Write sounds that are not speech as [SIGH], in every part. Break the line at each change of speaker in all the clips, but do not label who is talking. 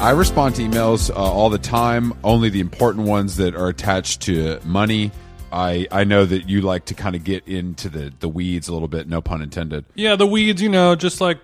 I respond to emails uh, all the time, only the important ones that are attached to money. I, I know that you like to kind of get into the, the weeds a little bit, no pun intended.
Yeah, the weeds, you know, just like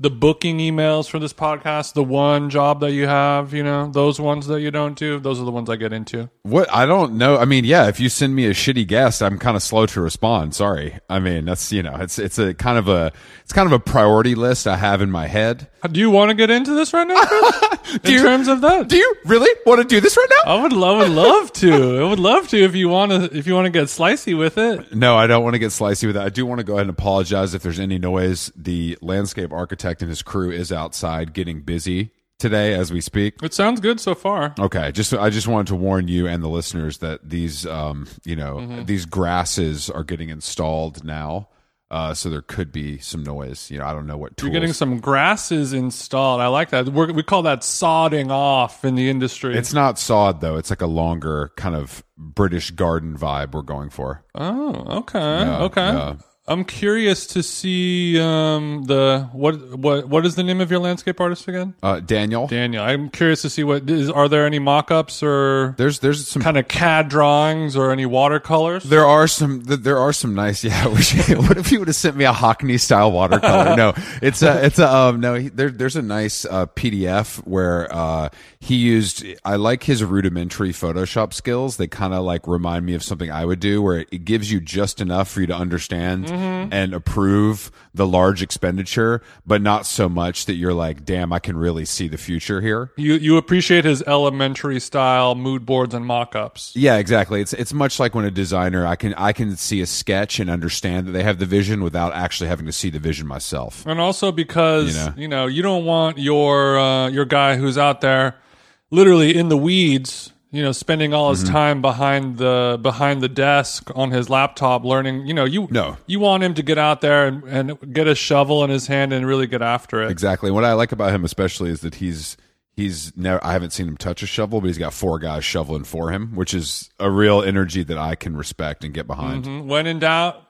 the booking emails for this podcast, the one job that you have, you know, those ones that you don't do, those are the ones I get into.
What I don't know, I mean, yeah, if you send me a shitty guest, I'm kind of slow to respond. Sorry, I mean that's you know, it's it's a kind of a it's kind of a priority list I have in my head.
Do you want to get into this right
[LAUGHS]
now, Chris? In
you-
terms of that,
Do you really want to do this right now?
I would love, would love to. I would love to if you want to. If you want to get slicey with it,
No, I don't want to get slicey with that. I do want to go ahead and apologize if there's any noise. The landscape architect and his crew is outside getting busy today as we speak.
it sounds good so far.
Okay, just I just wanted to warn you and the listeners that these um you know
Mm-hmm.
these grasses are getting installed now, uh so there could be some noise. You know I don't know what tools.
You're getting some grasses installed. I like that. We're, we call that sodding off in the industry.
it's not sod though. It's like a longer kind of British garden vibe we're going for.
Oh, okay, okay. I'm curious to see um, the what what what is the name of your landscape artist again?
Uh, Daniel,
Daniel. I'm curious to see what is. Are there any mock-ups or
there's there's some
kind of CAD drawings or any watercolors?
There are some. th- There are some nice. [LAUGHS] Yeah. I wish- what if you would have sent me a Hockney style watercolor? no, it's a. It's a. Um, no. He, there, there's a nice uh, PDF where uh, he used. I like his rudimentary Photoshop skills. They kind of like remind me of something I would do, where it gives you just enough for you to understand and approve the large expenditure, but not so much that you're like, damn, I can really see the future here.
you you appreciate his elementary style mood boards and mock-ups.
Yeah, exactly. It's it's much like when a designer I can I can see a sketch and understand that they have the vision without actually having to see the vision myself.
and also because
You
you
know.
know you, don't want your uh, your guy who's out there literally in the weeds you know spending all
Mm-hmm.
his time behind the behind the desk on his laptop learning you know you
No.
you want him to get out there and, and get a shovel in his hand and really get after it
Exactly. What I like about him especially is that he's he's never I haven't seen him touch a shovel, but he's got four guys shoveling for him, which is a real energy that I can respect and get behind.
Mm-hmm. when in doubt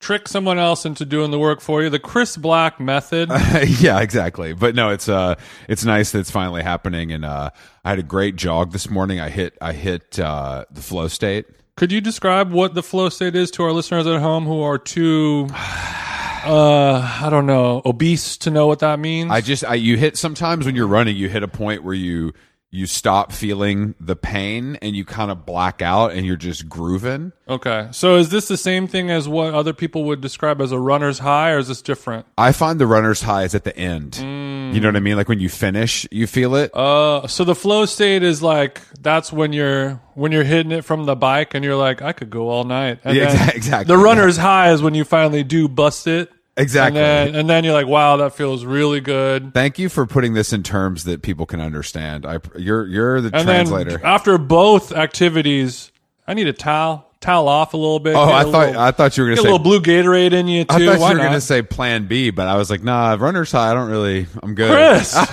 trick someone else into doing the work for you the chris black
[LAUGHS]
method
[LAUGHS] yeah, exactly. But no, it's uh it's nice that it's finally happening and uh I had a great jog this morning. I hit I hit uh the flow state.
Could you describe what the flow state is to our listeners at home who are too, [SIGHS] uh, I don't know, obese to know what that means?
I just I, you hit sometimes when you're running, you hit a point where you you stop feeling the pain and you kind of black out and you're just grooving.
okay. So is this the same thing as what other people would describe as a runner's high, or is this different?
I find the runner's high is at the end. You know what I mean? Like when you finish, you feel it.
Uh, so the flow state is like that's when you're when you're hitting it from the bike and you're like, I could go all night. And
Yeah,
then
exa- exactly,
The runner's high is when you finally do bust it.
exactly.
And then, and then you're like, wow, that feels really good.
Thank you for putting this in terms that people can understand. I pr- you're you're the
And
translator.
then after both activities, I need a towel, towel off a little bit.
oh,
get
I
a
thought
little,
I thought you were
get a
going to say
little blue Gatorade in you too.
I thought
Why
you were
not?
going to say plan B, but I was like, "Nah, runner's high, I don't really I'm good."
Chris. [LAUGHS]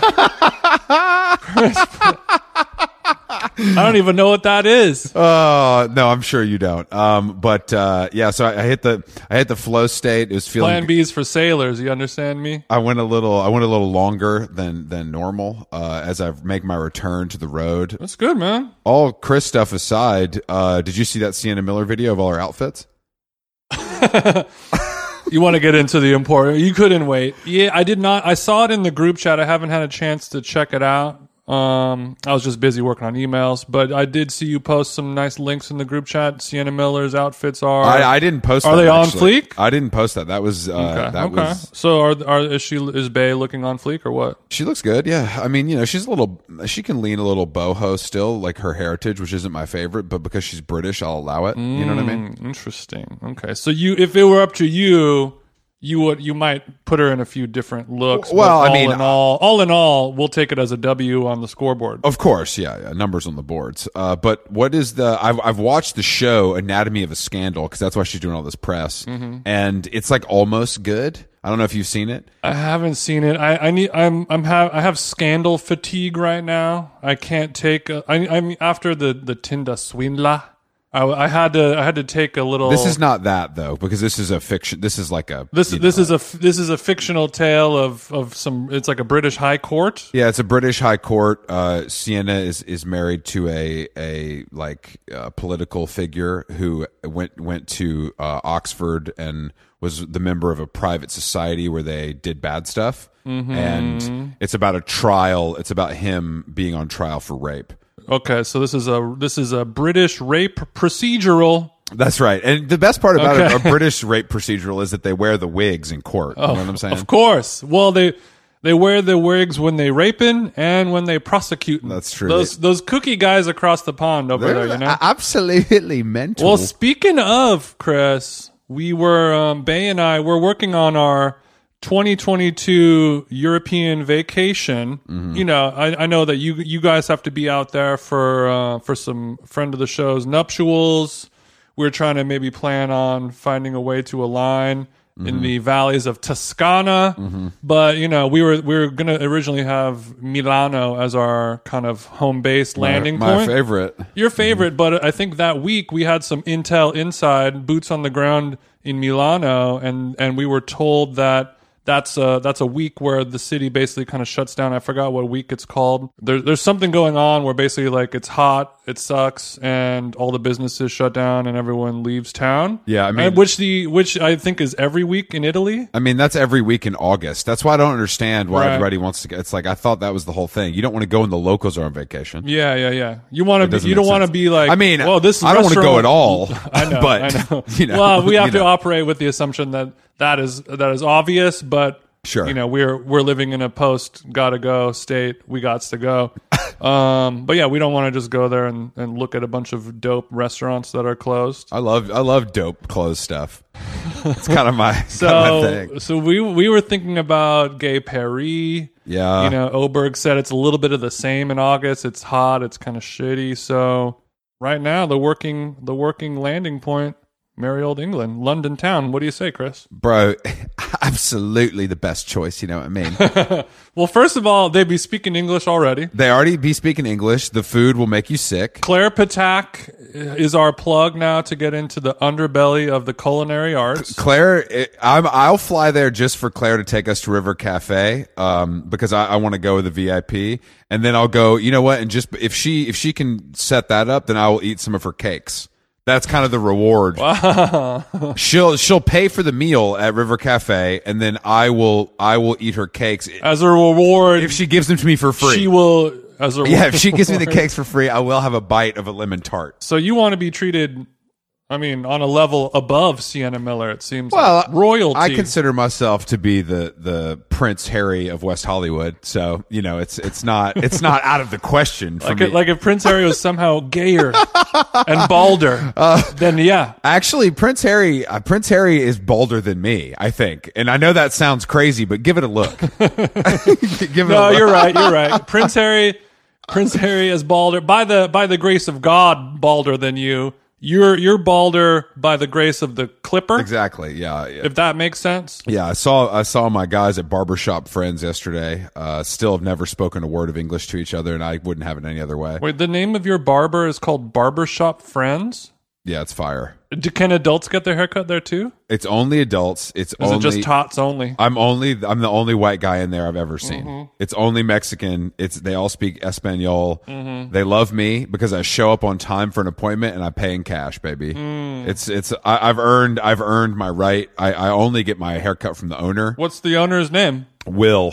Chris. I don't even know what that [LAUGHS] is.
Oh no, I'm sure you don't. Um, but uh, yeah, so I, I hit the I hit the flow state. It was feeling.
Plan B is for sailors. You understand me?
I went a little. I went a little longer than than normal uh, as I make my return to the road.
That's good, man.
All Chris stuff aside, uh, did you see that Sienna Miller video of all her outfits?
You want to get into the important? You couldn't wait. Yeah, I did not. I saw it in the group chat. I haven't had a chance to check it out. Um, I was just busy working on emails, but I did see you post some nice links in the group chat. Sienna Miller's outfits are.
I, I didn't post.
Are
that,
they on
actually.
fleek?
I didn't post that. That was uh,
Okay.
that
okay.
was.
so are are is she is Bay looking on fleek or what?
She looks good. Yeah, I mean, you know, she's a little. She can lean a little boho still, like her heritage, which isn't my favorite, but because she's British, I'll allow it. You know what I mean?
Hmm, interesting. Okay. So you if it were up to you, you would you might put her in a few different looks. but
Well, I
all
mean, uh,
in all, all in all, we'll take it as a W on the scoreboard.
Of course, yeah, yeah, numbers on the boards. Uh, but what is the? I've I've watched the show Anatomy of a Scandal because that's why she's doing all this press, and it's like almost good. I don't know if you've seen it.
I haven't seen it. I, I need. I'm. I'm. Have. I have scandal uh, fatigue right now. I can't take. A, I, I'm after the the Tinda Swindla. I, I had to I had to take a little.
This is not that though, because this is a fiction. This is like a
this
you
this
know,
is a f- this is a fictional tale of of some. It's like a British high court.
yeah. It's a British High Court. Uh, Sienna is is married to a a like uh, political figure who went went to uh, Oxford and was the member of a private society where they did bad stuff.
Mm-hmm.
And it's about a trial. It's about him being on trial for rape.
Okay, so this is a this is a British rape procedural.
That's right. And the best part about a, a British rape procedural is that they wear the wigs in court. you know what I'm saying?
Oh, Of course. Well, they they wear the wigs when they raping and when they prosecuting.
That's true.
Those those cookie guys across the pond over there, you know.
Absolutely mental.
Well, speaking of Chris, we were um, Bay and I were working on our 2022 European vacation.
Mm-hmm.
You know, I, I know that you you guys have to be out there for uh, for some friend of the show's nuptials. We're trying to maybe plan on finding a way to align. In
Mm-hmm.
the valleys of Toscana, but you know we were we were gonna originally have Milano as our kind of home base landing
my
point.
favorite.
Your favorite, but I think that week we had some intel inside boots on the ground in Milano, and and we were told that that's a that's a week where the city basically kind of shuts down. I forgot what week it's called. There, there's something going on where basically like it's hot, it sucks, and all the businesses shut down and everyone leaves town.
Yeah, I mean-
And which the which I think is every week in Italy.
I mean, that's every week in August. That's why I don't understand why
Right.
everybody wants to get. It's like I thought that was the whole thing. You don't want to go when the locals are on vacation.
Yeah, yeah, yeah. You want to be,
doesn't
you
make
don't want to
sense.
be like.
I mean,
well, this
I don't want to go at
restaurant-
all.
[LAUGHS] I
[LAUGHS]
know,
but
I know.
you know,
well, we have
you
to
know.
operate with the assumption that that is that is obvious, but
Sure.
you know, we're we're living in a post gotta go state. We gots to
[LAUGHS]
go. um, but yeah, we don't want to just go there and, and look at a bunch of dope restaurants that
[LAUGHS]
are closed.
I love I love dope clothes stuff. It's kind of my [LAUGHS] kind of my
So
thing.
so we we were thinking about Gay Paris.
Yeah.
you know, Oberg said it's a little bit of the same in August. It's hot. It's kind of shitty. So right now, the working the working landing point, merry old England, London town. What do you say, Chris?
Bro, [LAUGHS] absolutely the best choice. You know what I mean?
Well, first of all, they'd be speaking English already.
they already be speaking English. The food will make you sick.
Claire Patak is our plug now to get into the underbelly of the culinary arts.
Claire, it, I'm, I'll fly there just for Claire to take us to River Cafe, um, because I, I want to go with a VIP, and then I'll go. You know what? And just if she if she can set that up, then I will eat some of her cakes. That's kind of the reward. she'll she'll pay for the meal at River Cafe, and then I will I will eat her cakes
As a reward,
if she gives them to me for free.
she will. As a
[LAUGHS] yeah, if she gives me the cakes for free, I will have a bite of a lemon tart.
So you want to be treated, I mean, on a level above Sienna Miller, it seems.
Well,
like. royalty.
I consider myself to be the the Prince Harry of West Hollywood, so you know it's it's not it's
[LAUGHS]
not out of the question for me.
Like, like if Prince Harry was somehow
[LAUGHS]
gayer and balder,
Uh,
then yeah.
Actually, Prince Harry uh, Prince Harry is bolder than me, I think, and I know that sounds crazy, but give it a
[LAUGHS]
look. [LAUGHS] give it a
No,
look.
you're right.
[LAUGHS]
You're right. Prince Harry, Prince Harry is balder by the by the grace of God, balder than you. You're you're balder by the grace of the Clipper.
exactly. Yeah, yeah.
If that makes sense.
Yeah, I saw I saw my guys at barbershop friends yesterday. Uh, still have never spoken a word of English to each other, and I wouldn't have it any other way.
Wait, the name of your barber is called Barbershop Friends.
Yeah, it's fire.
Do, can adults get their haircut there too?
It's only adults. It's
Or Is
only
it just tots only?
I'm only I'm the only white guy in there I've ever seen. It's only Mexican. It's they all speak Espanol. They love me because I show up on time for an appointment and I pay in cash, baby. It's it's I, I've earned I've earned my right. I, I only get my haircut from the owner.
What's the owner's name?
Will.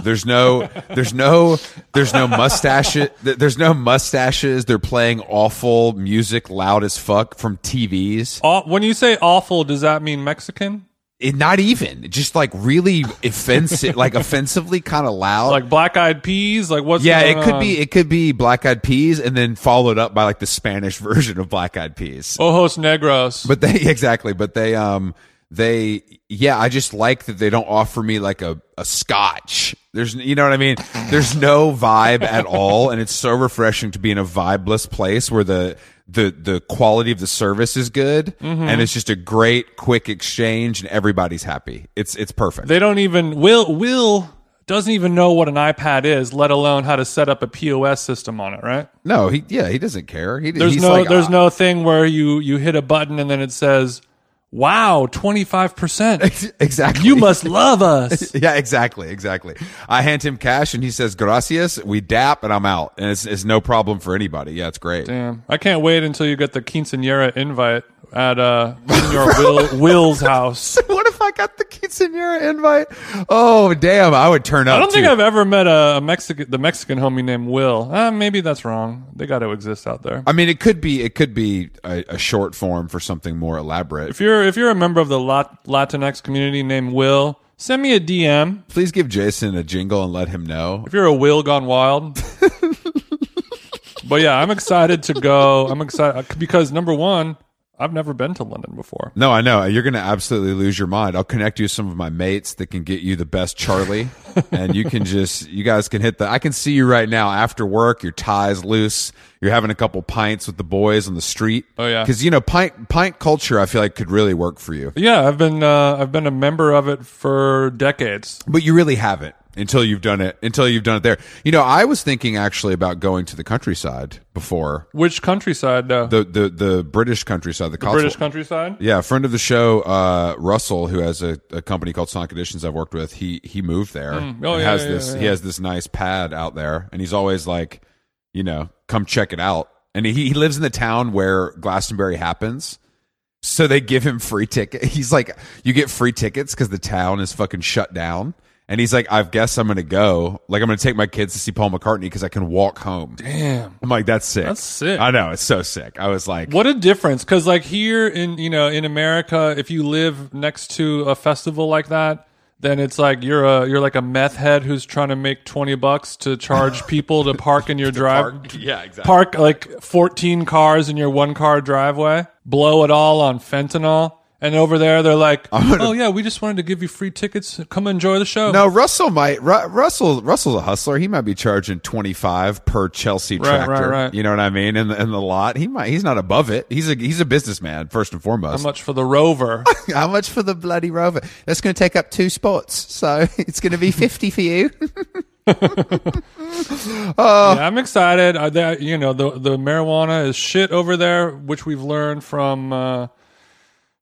There's no, there's no, there's no mustache. th- There's no mustaches. They're playing awful music, loud as fuck from TVs.
Aw- when you say awful, does that mean Mexican?
It, not even, just like really offensive, like offensively kind of loud.
Like black eyed peas? Like what's
Yeah,
going
it could
on?
be it could be black eyed peas and then followed up by like the Spanish [LAUGHS] version of black eyed peas.
Ojos Negros.
But they [LAUGHS] exactly, but they um they yeah, I just like that they don't offer me like a a scotch. There's you know what I mean? There's no vibe at all and it's so refreshing to be in a vibeless place where the the the quality of the service is good
Mm-hmm.
and it's just a great quick exchange and everybody's happy. It's it's perfect.
They don't even Will Will doesn't even know what an iPad is, let alone how to set up a POS system on it, right?
No, he yeah, he doesn't care. He,
There's
he's
no
like,
there's
"Ah."
no thing where you you hit a button and then it says, "Wow, 25%.
[LAUGHS] exactly. [LAUGHS]
you must love us."
Yeah, exactly, exactly. I hand him cash and he says gracias. We dap and I'm out, and it's, it's no problem for anybody. Yeah, it's great.
Damn. I can't wait until you get the quinceanera invite at uh Senor
[LAUGHS]
Will, Will's house.
[LAUGHS] What if I got the quinceanera invite? Oh damn, I would turn up.
I don't think
too.
I've ever met a, a Mexican the Mexican homie named Will. Uh, maybe that's wrong. They got to exist out there.
I mean, it could be it could be a, a short form for something more elaborate.
If you're if you're a member of the Lat- Latinx community named Will, send me a DM.
Please give Jason a jingle and let him know.
If you're a Will gone wild. but yeah, I'm excited to go. I'm excited because number one, I've never been to London before.
No, I know you're going to absolutely lose your mind. I'll connect you with some of my mates that can get you the best
[LAUGHS]
Charlie, and you can just you guys can hit the. I can see you right now after work. Your tie's loose. You're having a couple pints with the boys on the street.
Oh, yeah.
because you know pint pint culture. I feel like could really work for you,
Yeah, I've been uh, I've been a member of it for decades.
but you really haven't until you've done it. Until you've done it there. You know, I was thinking actually about going to the countryside before
Which countryside though?
the the the British countryside, the, Cotswold-
British countryside?
Yeah, a friend of the show, uh, Russell, who has a, a company called Sonic Editions I've worked with, he he moved there.
Oh,
and
yeah,
has
yeah,
this
yeah,
he has this nice pad out there and he's always like, you know, come check it out. And he, he lives in the town where Glastonbury happens. So they give him free ticket. [LAUGHS] He's like, you get free tickets because the town is fucking shut down. And he's like, I guess I'm gonna go. Like I'm gonna take my kids to see Paul McCartney because I can walk home.
Damn.
I'm like, that's sick.
That's sick.
I know, it's so sick. I was like,
What a difference cuz like here in you know in America if you live next to a festival like that then it's like you're a you're like a meth head who's trying to make 20 bucks to [LAUGHS] charge people to park in your drive
[LAUGHS] yeah, exactly.
park like 14 cars in your one car driveway, blow it all on fentanyl. And over there, they're like, oh, yeah, we just wanted to give you free tickets. Come enjoy the show.
No, Russell might. Ru- Russell Russell's a hustler. He might be charging twenty five per Chelsea
Right,
tractor.
right, right.
You know what I mean? In the, in the lot, he might. He's not above it. He's a he's a businessman first and
How
foremost.
much for the rover?
[LAUGHS] How much for the bloody rover? That's going to take up two spots, so [LAUGHS] it's going to be fifty for you.
[LAUGHS] yeah, I'm excited. I, that, you know, the, the marijuana is shit over there, which we've learned from uh,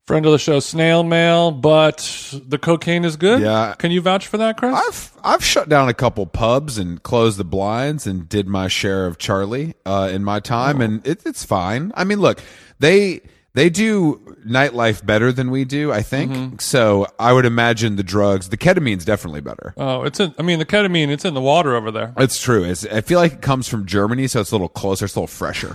friend of the show, Snail Mail, but the cocaine is good.
Yeah.
Can you vouch for that, Chris?
I've I've shut down a couple pubs and closed the blinds and did my share of Charlie uh, in my time, and it, it's fine. I mean, look, they they do nightlife better than we do, I think. So I would imagine the drugs, the ketamine's definitely better.
oh, it's in, I mean, the ketamine, it's in the water over there.
It's true. It's, I feel like it comes from Germany, so it's a little closer, it's a little fresher.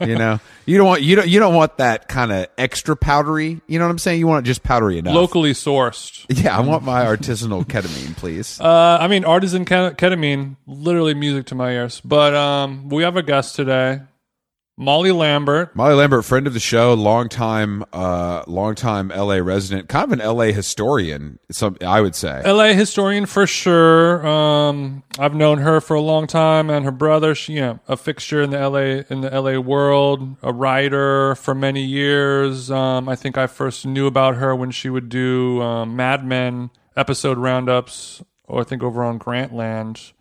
you know, you don't want you don't you don't want that kind of extra powdery. You know what I'm saying? You want it just powdery enough.
Locally sourced.
yeah, I want my artisanal ketamine, please.
Uh, I mean, artisan ke- ketamine, literally music to my ears. But um, we have a guest today, Molly Lambert.
Molly Lambert, friend of the show, longtime, uh, longtime LA resident, kind of an LA historian. Some I would say.
LA historian for sure. Um, I've known her for a long time, and her brother. She, yeah, a fixture in the LA in the LA world. A writer for many years. Um, I think I first knew about her when she would do um, Mad Men episode roundups, or I think over on Grantland.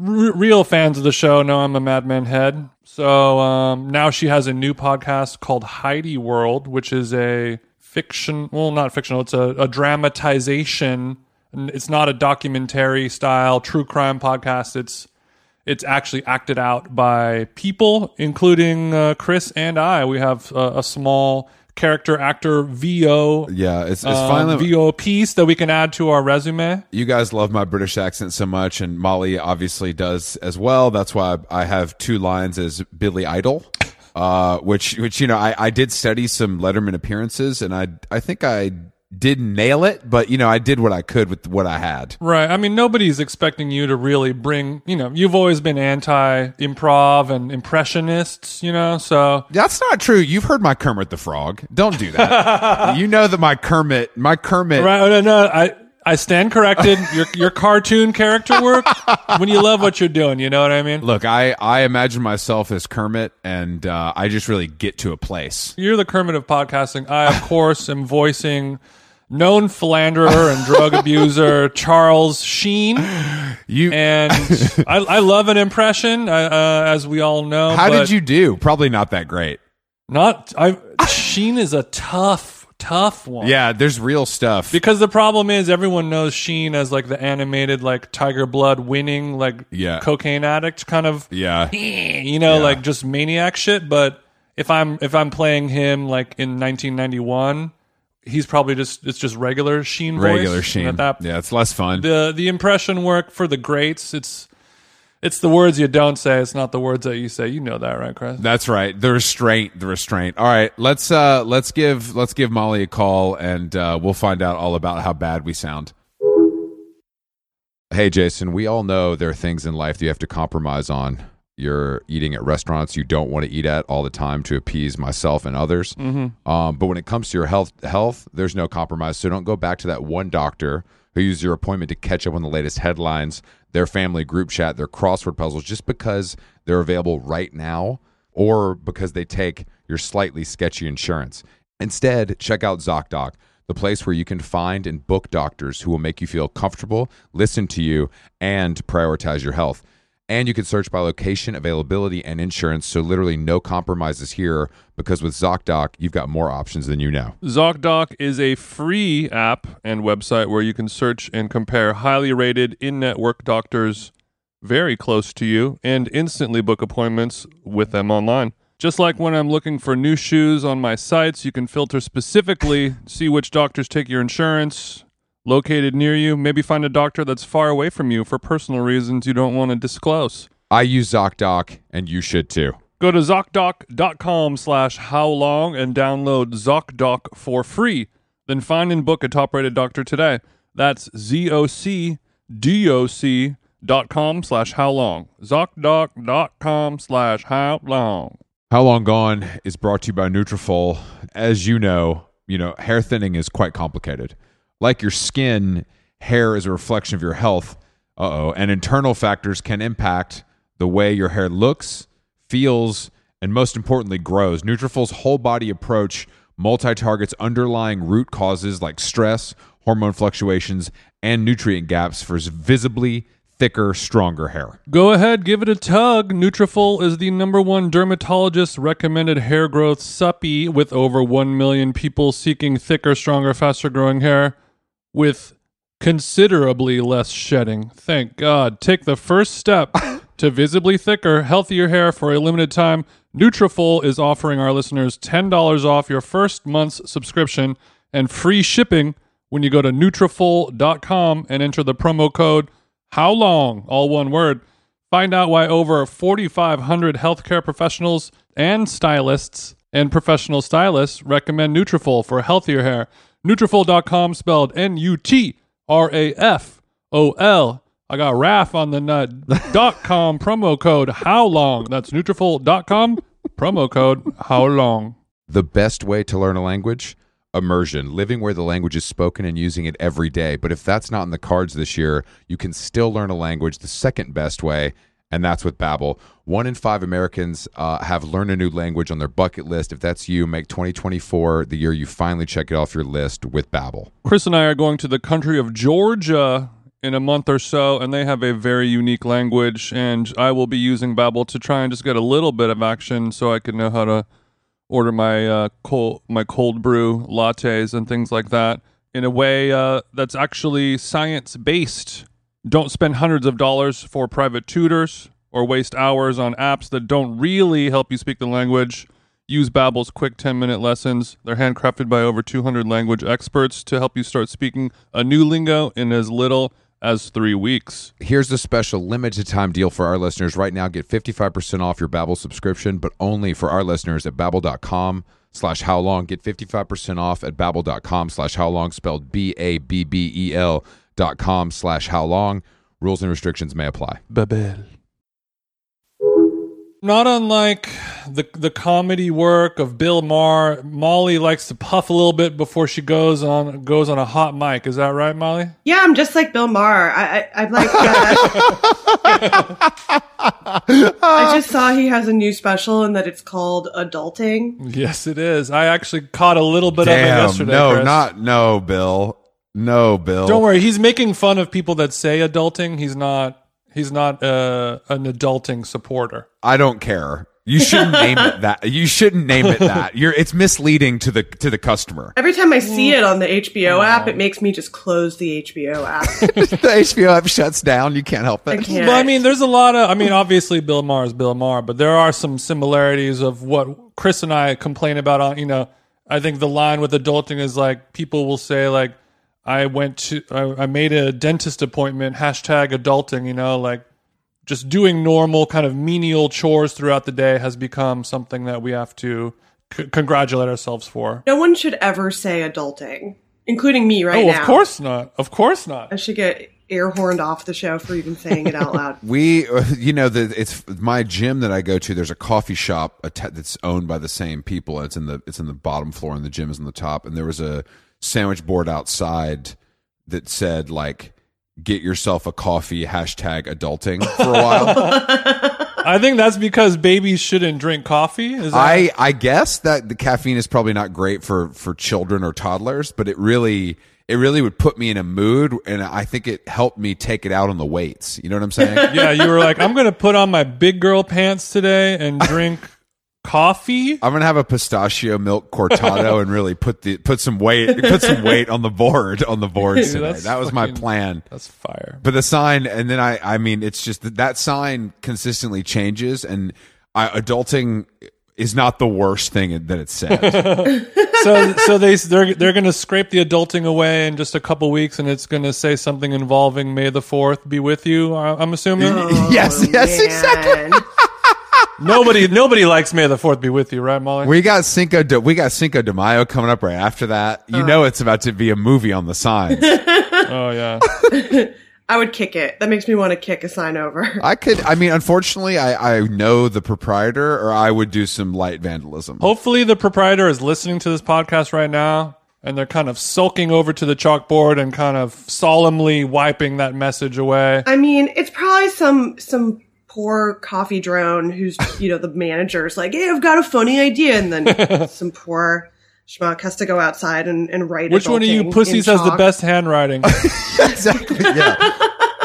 R- real fans of the show know I'm a Mad Men head. So um, now she has a new podcast called Heidi World, which is a fiction, well, not fictional, it's a, a dramatization. N- It's not a documentary style true crime podcast. It's it's actually acted out by people, including uh, Chris and I. We have uh, a small character actor VO
Yeah, it's, it's
um,
finally.
VO piece that we can add to our resume.
you guys love my British accent so much, and Molly obviously does as well. That's why I have two lines as Billy Idol, uh, which which you know I, I did study some Letterman appearances, and I I think I did nail it, but you know I did what I could with what I had.
Right. I mean, nobody's expecting you to really bring, you know, you've always been anti improv and impressionists, you know, so.
That's not true. You've heard my Kermit the Frog. Don't do that. you know that my Kermit, my Kermit.
Right. oh, No, no, I, I stand
[LAUGHS]
corrected. Your, your cartoon character work, when you love what you're doing, you know what I mean?
Look, I I imagine myself as Kermit, and uh, I just really get to a place.
You're the Kermit of podcasting. I, of course, am voicing known philanderer
[LAUGHS]
and drug abuser Charles Sheen.
You
And I, I love an impression, uh, uh, as we all know.
How
but
did you do? Probably not that great.
Not I. Sheen is a tough, tough one.
Yeah, there's real stuff.
Because the problem is, everyone knows Sheen as like the animated, like Tiger Blood winning, like
Yeah.
cocaine addict kind of,
Yeah.
you know, like just maniac shit. But if I'm if I'm playing him like in 1991, he's probably just it's just regular Sheen, voice.
Regular
And
Sheen.
At that,
yeah, it's less fun.
the the impression work for the greats. It's it's the words you don't say. It's not the words that you say. You know that, right, Chris?
That's right. The restraint, the restraint. All right, let's uh let's give let's give Molly a call and uh we'll find out all about how bad we sound. Hey Jason, we all know there are things in life that you have to compromise on. You're eating at restaurants you don't want to eat at all the time to appease myself and others. Um, but when it comes to your health, health, there's no compromise. So don't go back to that one doctor who used your appointment to catch up on the latest headlines, their family group chat, their crossword puzzles, just because they're available right now or because they take your slightly sketchy insurance. Instead, check out ZocDoc, the place where you can find and book doctors who will make you feel comfortable, listen to you, and prioritize your health. And you can search by location, availability, and insurance. So, literally, no compromises here because with ZocDoc, you've got more options than you know.
ZocDoc is a free app and website where you can search and compare highly rated in network doctors very close to you and instantly book appointments with them online. Just like when I'm looking for new shoes on my sites, you can filter specifically, see which doctors take your insurance, located near you, maybe find a doctor that's far away from you for personal reasons you don't want to disclose.
I use ZocDoc, and you should too.
Go to ZocDoc.com slash how long and download ZocDoc for free. Then find and book a top rated doctor today. That's Z-O-C-D-O-C dot com slash how long. ZocDoc.com slash how long.
How Long Gone is brought to you by Nutrafol. As you know, you know hair thinning is quite complicated. Like your skin, hair is a reflection of your health. Uh oh, and internal factors can impact the way your hair looks, feels, and most importantly, grows. Nutrafol's whole body approach multi-targets underlying root causes like stress, hormone fluctuations, and nutrient gaps for visibly thicker, stronger hair.
Go ahead, give it a tug. Nutrafol is the number one dermatologist recommended hair growth suppy with over 1 million people seeking thicker, stronger, faster growing hair with considerably less shedding. Thank God. Take the first step to visibly thicker, healthier hair for a limited time. Nutrafol is offering our listeners $10 off your first month's subscription and free shipping when you go to Nutrafol.com and enter the promo code how long? All one word. Find out why over 4,500 healthcare professionals and stylists and professional stylists recommend Nutrafol for healthier hair. Nutrafol.com spelled N-U-T-R-A-F-O-L. I got RAF on the nut. dot com promo code how long? That's Nutrafol.com promo code how long?
The best way to learn a language? Immersion, living where the language is spoken and using it every day. But if that's not in the cards this year, you can still learn a language the second best way, and that's with Babbel. One in five Americans uh, have learned a new language on their bucket list. If that's you, make 2024 the year you finally check it off your list with Babbel.
Chris and I are going to the country of Georgia in a month or so, and they have a very unique language. And I will be using Babbel to try and just get a little bit of action, so I can know how to order my uh, cold my cold brew lattes and things like that in a way uh, that's actually science based. Don't spend hundreds of dollars for private tutors or waste hours on apps that don't really help you speak the language. Use Babbel's quick 10-minute lessons. They're handcrafted by over 200 language experts to help you start speaking a new lingo in as little as 3 weeks.
Here's the special limited time deal for our listeners right now. Get 55% off your Babbel subscription, but only for our listeners at babbel.com slash how long. Get 55% off at babbel.com slash how long, spelled B-A-B-B-E-L E dot com slash how long. Rules and restrictions may apply.
Babel. Not unlike the the comedy work of Bill Maher, Molly likes to puff a little bit before she goes on goes on a hot mic. Is that right, Molly? [LAUGHS]
Yeah, I'm just like Bill Maher. I, I, I'm like, uh,
[LAUGHS]
I just saw he has a new special and that it's called Adulting.
Yes, it is. I actually caught a little bit of it
Damn,
yesterday.
no,
Chris.
not no, Bill, no, Bill.
Don't worry, he's making fun of people that say adulting. He's not. He's not uh, an adulting supporter.
I don't care. You [LAUGHS] shouldn't name it that. You shouldn't name it that. You're it's misleading to the to the [LAUGHS] customer.
Every time I see it on the HBO app, it makes me just close the HBO
[LAUGHS]
app.
the HBO app shuts down. You can't help
I
it.
can't.
Well, I mean, there's a lot of. I mean, obviously, Bill Maher is Bill Maher, but there are some similarities of what Chris and I complain about. On you know, I think the line with adulting is like people will say like, "I went to, I, I made a dentist appointment." Hashtag adulting. You know, like just doing normal kind of menial chores throughout the day has become something that we have to c- congratulate ourselves for.
no one should ever say adulting, including me right
Oh,
now.
of course not. Of course not.
I should get air horned off the show for even saying it
[LAUGHS]
out loud.
We, [LAUGHS] you know, the, it's my gym that I go to. There's a coffee shop atta- that's owned by the same people. It's in the it's in the bottom floor, and the gym is on the top. And there was a sandwich board outside that said like, "Get yourself a coffee." Hashtag adulting for a while.
I think that's because babies shouldn't drink coffee. Is that
I I guess that the caffeine is probably not great for for children or toddlers, but it really it really would put me in a mood, and I think it helped me take it out on the weights. You know what I'm saying?
yeah, you were like, I'm gonna put on my big girl pants today and drink coffee.
I'm gonna have a pistachio milk cortado and really put the put some weight put some weight on the board on the board
Dude,
today.
that's
That was my
fucking-
plan.
That's fire.
But the sign, and then I I mean, it's just that that sign consistently changes, and I, adulting is not the worst thing that it's
[LAUGHS] Oh,
said.
So, so they they're they're gonna scrape the adulting away in just a couple weeks, and it's gonna say something involving May the Fourth be with you. I- I'm assuming
yes, yes, exactly.
exactly.
nobody nobody likes May the Fourth be with you, right, Molly?
We got Cinco de we got Cinco de Mayo coming up right after that.
Uh.
You know, it's about to be a movie on the
[LAUGHS]
signs.
oh yeah.
I would kick it. That makes me want to kick a
[LAUGHS]
sign over.
I could. I mean, unfortunately, I I know the proprietor, or I would do some light vandalism.
Hopefully, the proprietor is listening to this podcast right now. And they're kind of sulking over to the chalkboard and kind of solemnly wiping that message away.
I mean, it's probably some some poor coffee drone who's you know the manager's like, hey, I've got a funny idea,
[LAUGHS]
and then some poor schmuck has to go outside and, and write.
Which one of
adulting
you pussies
in
has the
chalk.
best handwriting? [LAUGHS]
exactly. Yeah.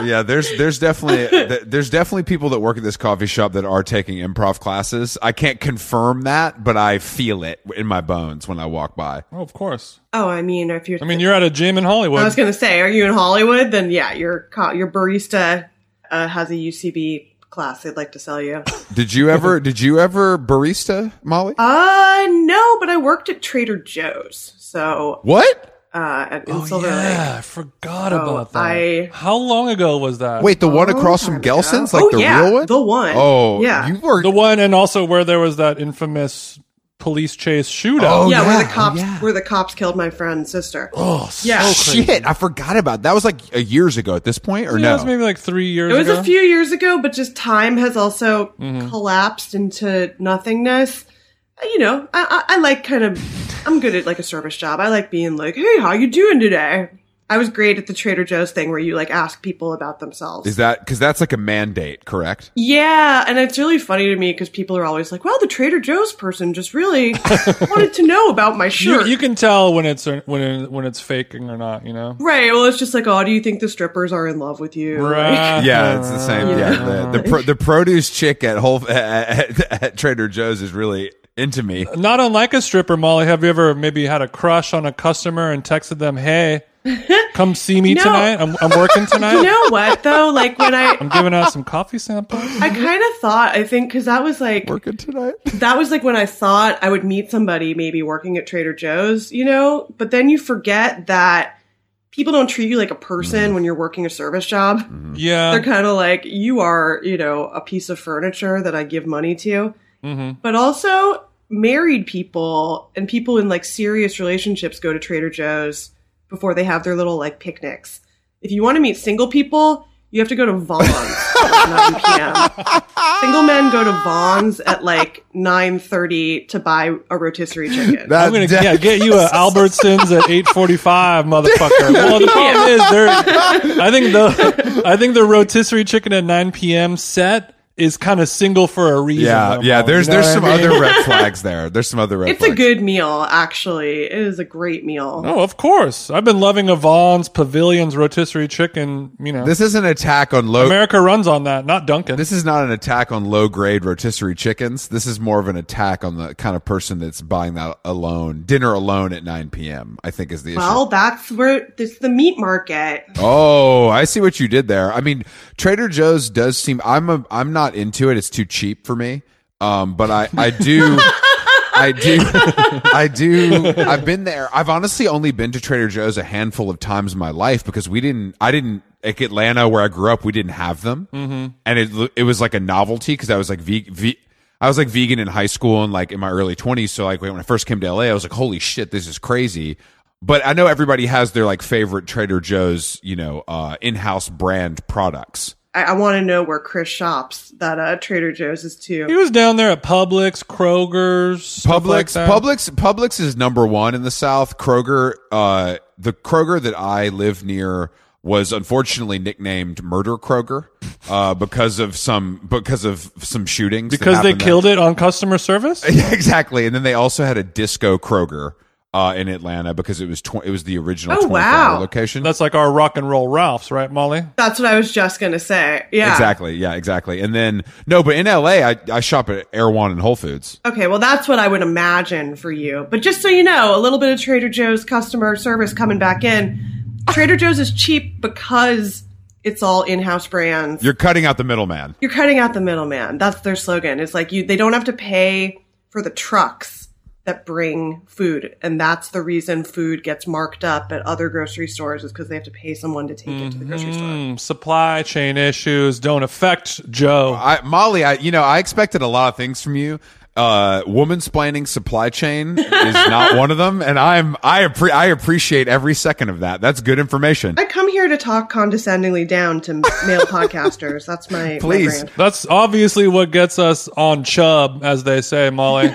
Yeah, there's there's definitely th- there's definitely people that work at this coffee shop that are taking improv classes. I can't confirm that, but I feel it in my bones when I walk by.
Oh, of course.
Oh, I mean, if you're,
I mean, you're at a gym in Hollywood.
I was gonna say, are you in Hollywood? Then yeah, your co- your barista uh, has a UCB class. They'd like to sell
[LAUGHS]
you.
Did you ever did you ever barista, Molly?
uh, no, but I worked at Trader Joe's, so
What?
uh, at, in
Oh,
Silver Lake.
yeah, I forgot about that.
Oh, I-
How long ago was that?
Wait, the
oh,
one across from Gelson's, like
oh,
the
yeah,
real one?
The one.
Oh,
yeah.
You were
the one, and also where there was that infamous police chase shootout.
Oh,
yeah, where
yeah,
the cops
oh, yeah.
where the cops killed my friend's sister.
Oh, so
Yeah.
crazy.
shit. I forgot about that. Was like a years ago at this point, or
Yeah, It was
no?
maybe like three years
It was
ago.
a few years ago, but just time has also
Mm-hmm.
collapsed into nothingness. Uh, You know, I, I, I like kind of I'm good at like a service job. I like being like, hey, how you doing today? I was great at the Trader Joe's thing where you like ask people about themselves.
Is that because that's like a mandate, correct?
Yeah, and it's really funny to me because people are always like, "Well, the Trader Joe's person
[LAUGHS]
just really wanted to know about my
You,
shirt."
you can tell when it's when it, when it's faking or not, you know.
right? Well, it's just like, "Oh, do you think the strippers are in love with you?"
[LAUGHS]
Like-
Yeah, it's the same. Yeah, the the, pro, the produce chick at Whole [LAUGHS] at, at, at Trader Joe's is really into me.
Not unlike a stripper, Molly. Have you ever maybe had a crush on a customer and texted them,
[LAUGHS]
"Hey, come see me
No.
tonight. I'm, I'm working tonight.
[LAUGHS] [LAUGHS] you know what though? Like
[LAUGHS]
when I,
I'm giving out some coffee samples."
I kind of thought I think because that was like
Working tonight.
that was like when I thought I would meet somebody maybe working at Trader Joe's, you know. But then you forget that people don't treat you like a person when you're working a service job.
Yeah,
They're kind of like you are, you know, a piece of furniture that I give money to. But also, married people and people in like serious relationships go to Trader Joe's before they have their little like picnics. If you want to meet single people, you have to go to Vaughn's. 9 p.m. Single men go to Vaughn's at like 9:30 to buy a rotisserie chicken.
That-
I'm gonna
that-
yeah, get you a Albertsons at 8:45, motherfucker. Well, the problem is, they're, I think the I think the rotisserie chicken at 9 p.m. set is kind of single for a reason.
yeah,
Ramon,
yeah. There's
you know
there's
what I
some
mean?
other
[LAUGHS]
red flags there. There's some other red
it's a
flags.
good meal, actually. It is a great meal.
Oh, of course. I've been loving a Vaughn's Pavilion's rotisserie chicken. You know,
This is an attack on low.
America runs on that, not Dunkin'.
this is not an attack on low grade rotisserie chickens. This is more of an attack on the kind of person that's buying that alone, dinner alone at 9 p.m. I think is the issue.
Well, that's where this the meat market.
Oh, I see what you did there. I mean, Trader Joe's does seem I'm a, I'm not into it. It's too cheap for me. Um, but I I do I do [LAUGHS] I do I've been there. I've honestly only been to Trader Joe's a handful of times in my life because we didn't I didn't like Atlanta where I grew up, we didn't have them. Mm-hmm. And it lo- it was like a novelty because I was like ve- ve- I was like vegan in high school and like in my early 20s. So like when I first came to LA, I was like, holy shit, this is crazy. But I know everybody has their like favorite Trader Joe's, you know, uh, in-house brand products.
I, I want to know where Chris shops. That uh, Trader Joe's is too.
He was down there at Publix, Kroger's, stuff like
Publix,
that.
Publix, Publix is number one in the South. Kroger, uh, the Kroger that I live near was unfortunately nicknamed Murder Kroger uh, because of some because of some shootings that
because they
happened there.
killed it on customer service.
[LAUGHS] Yeah, exactly. And then they also had a disco Kroger uh, in Atlanta because it was tw- it was the original
Oh,
24
wow.
hour location.
That's like our rock and roll Ralphs, right, Molly?
That's what I was just gonna say. Yeah.
Exactly. Yeah, exactly. And then no, but in LA, I, I shop at Erewhon and Whole Foods.
Okay, well, that's what I would imagine for you. But just so you know, a little bit of Trader Joe's customer service coming back in. Trader Joe's is cheap because it's all in-house brands.
You're cutting out the middleman.
You're cutting out the middleman. That's their slogan. It's like you they don't have to pay for the trucks that bring food, and that's the reason food gets marked up at other grocery stores is because they have to pay someone to take it to the grocery store.
Mm, supply chain issues don't affect Joe.
I, Molly, I you know I expected a lot of things from you. Uh, woman splaining supply chain
[LAUGHS]
is not one of them, and I'm I appre- I appreciate every second of that. That's good information.
I come here to talk condescendingly down to male podcasters. That's my my
Please.
brand.
That's obviously what gets us on Chubb, as they say, Molly.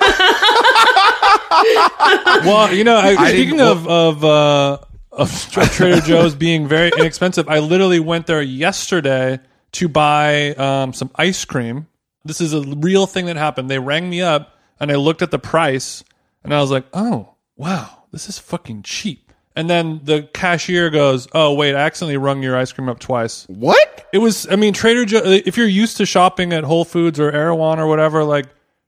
well, you know, I,
I
speaking
didn't-
of of, uh, of Tra- Trader
[LAUGHS]
Joe's being very inexpensive, I literally went there yesterday to buy um, some ice cream. This is a real thing that happened. They rang me up, and I looked at the price, and I was like, "Oh, wow, this is fucking cheap." And then the cashier goes, "Oh, wait, I accidentally rung your ice cream up twice."
What?
It was, I mean, Trader Joe. If you're used to shopping at Whole Foods or Erewhon or whatever, like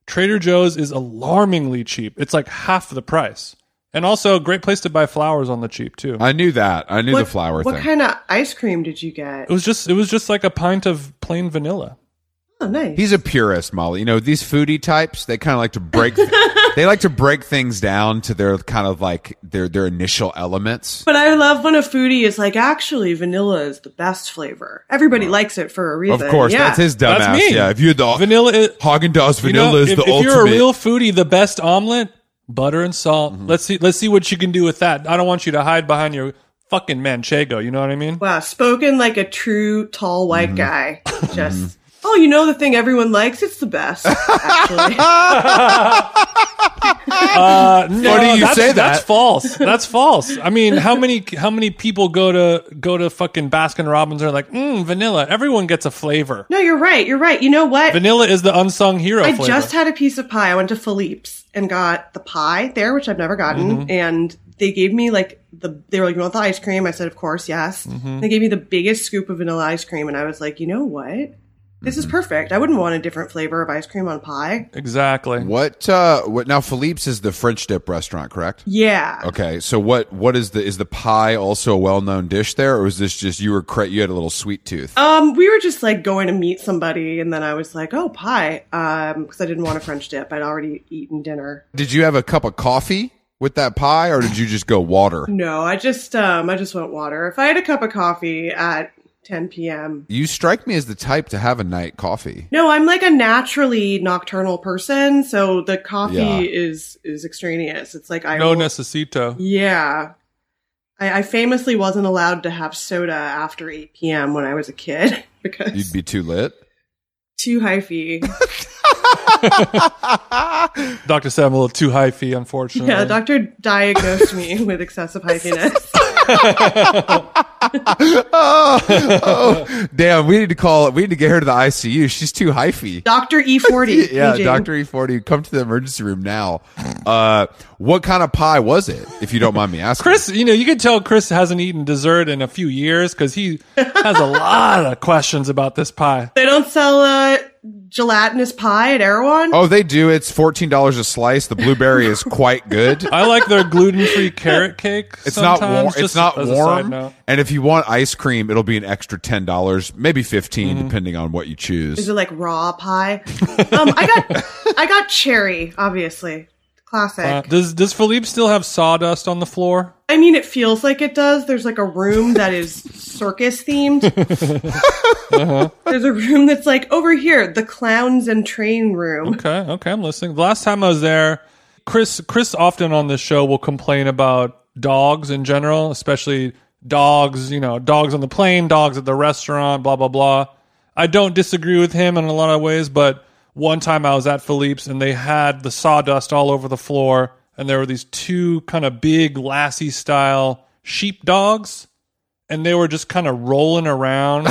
Trader Joe's is alarmingly cheap. It's like half the price, and also a great place to buy flowers on the cheap too.
I knew that. I knew the flower
what
thing.
kind of ice cream did you get?
It was just, it was just like a pint of plain vanilla.
Oh, nice.
He's a purist, Molly. You know these foodie types. They kind of like to break.
[LAUGHS]
they like to break things down to their kind of like their their initial elements.
but I love when a foodie is like, actually, vanilla is the best flavor. Everybody likes it for a reason.
Of course,
Yeah.
that's his dumbass.
That's me.
Yeah, if you're the
Vanilla is
Haagen Dazs
you know,
vanilla is
if,
the
if
ultimate. Mm-hmm.
you're a real foodie, the best omelet, butter and salt. Let's see, let's see what you can do with that. I don't want you to hide behind your fucking manchego. You know what I mean?
Wow, spoken like a true tall white
Mm-hmm. [LAUGHS]
guy. Just, oh, you know the thing everyone likes? It's the
[LAUGHS]
best, actually.
Uh, no,
Funny you
that's,
say that.
That's false. That's false. I mean, how many how many people go to go to fucking Baskin Robbins and are like, mm, vanilla? Everyone gets a flavor.
no, you're right. You're right. You know what?
Vanilla is the unsung hero.
I
flavor.
just had a piece of pie. I went to Philippe's and got the pie there, which I've never gotten. And they gave me like the, they were like, you want the ice cream? I said, of course, yes. They gave me the biggest scoop of vanilla ice cream. And I was like, you know what? This is perfect. I wouldn't want a different flavor of ice cream on pie.
exactly.
what? Uh, what? Now Philippe's is the French dip restaurant, correct?
Yeah.
Okay, so what? What is the is the pie also a well known dish there, or is this just you were cra- you had a little sweet tooth?
Um, we were just like going to meet somebody, and then I was like, "Oh, pie," um, because I didn't want a French dip. I'd already eaten dinner.
Did you have a cup of coffee with that pie, or did you just go
[LAUGHS]
water?
No, I just, um, I just went water. If I had a cup of coffee at 10 p.m.
You strike me as the type to have a night coffee.
No, I'm like a naturally nocturnal person, so the coffee
Yeah.
is is extraneous. It's like I
No necessito.
yeah. I, I famously wasn't allowed to have soda after 8 p.m. when I was a kid. [LAUGHS] because
You'd be too
[LAUGHS]
lit. [LAUGHS]
too hyphy.
Dr. Sam, a little too hyphy, unfortunately.
Yeah, the doctor diagnosed me [LAUGHS] with excessive hyphiness.
[LAUGHS] Oh, [LAUGHS] damn. We need to call it. We need to get her to the ICU. She's too hyphy.
Doctor E forty.
[LAUGHS] Yeah, Dr. E40, come to the emergency room now. Uh, what kind of pie was it, if you don't mind me asking?
Chris, you know, you can tell Chris hasn't eaten dessert in a few years because he has
[LAUGHS]
a lot of questions about this pie.
They don't sell uh, gelatinous pie at Erewhon.
Oh, they do. It's $14 a slice. The blueberry is quite good.
I like their gluten-free carrot cake.
It's not warm.
sometimes,
It's
just
not
as a side
warm.
note.
And if you want ice cream, it'll be an extra ten dollars, maybe 15
Mm-hmm.
depending on what you
Is
choose.
it like
[LAUGHS]
raw pie? um, I got I got cherry, obviously. Classic.
Uh, does does Philippe still have sawdust on the floor?
I mean, it feels like it does. There's like a room that is
[LAUGHS]
circus themed.
Uh-huh.
There's a room that's like over here, the clowns and train room.
Okay, okay, I'm listening. The last time I was there, Chris Chris often on this show will complain about dogs in general, especially dogs, you know, dogs on the plane, dogs at the restaurant, blah blah blah. I don't disagree with him in a lot of ways, but one time I was at Philippe's and they had the sawdust all over the floor and there were these two kind of big lassie style sheep dogs and they were just kind of rolling around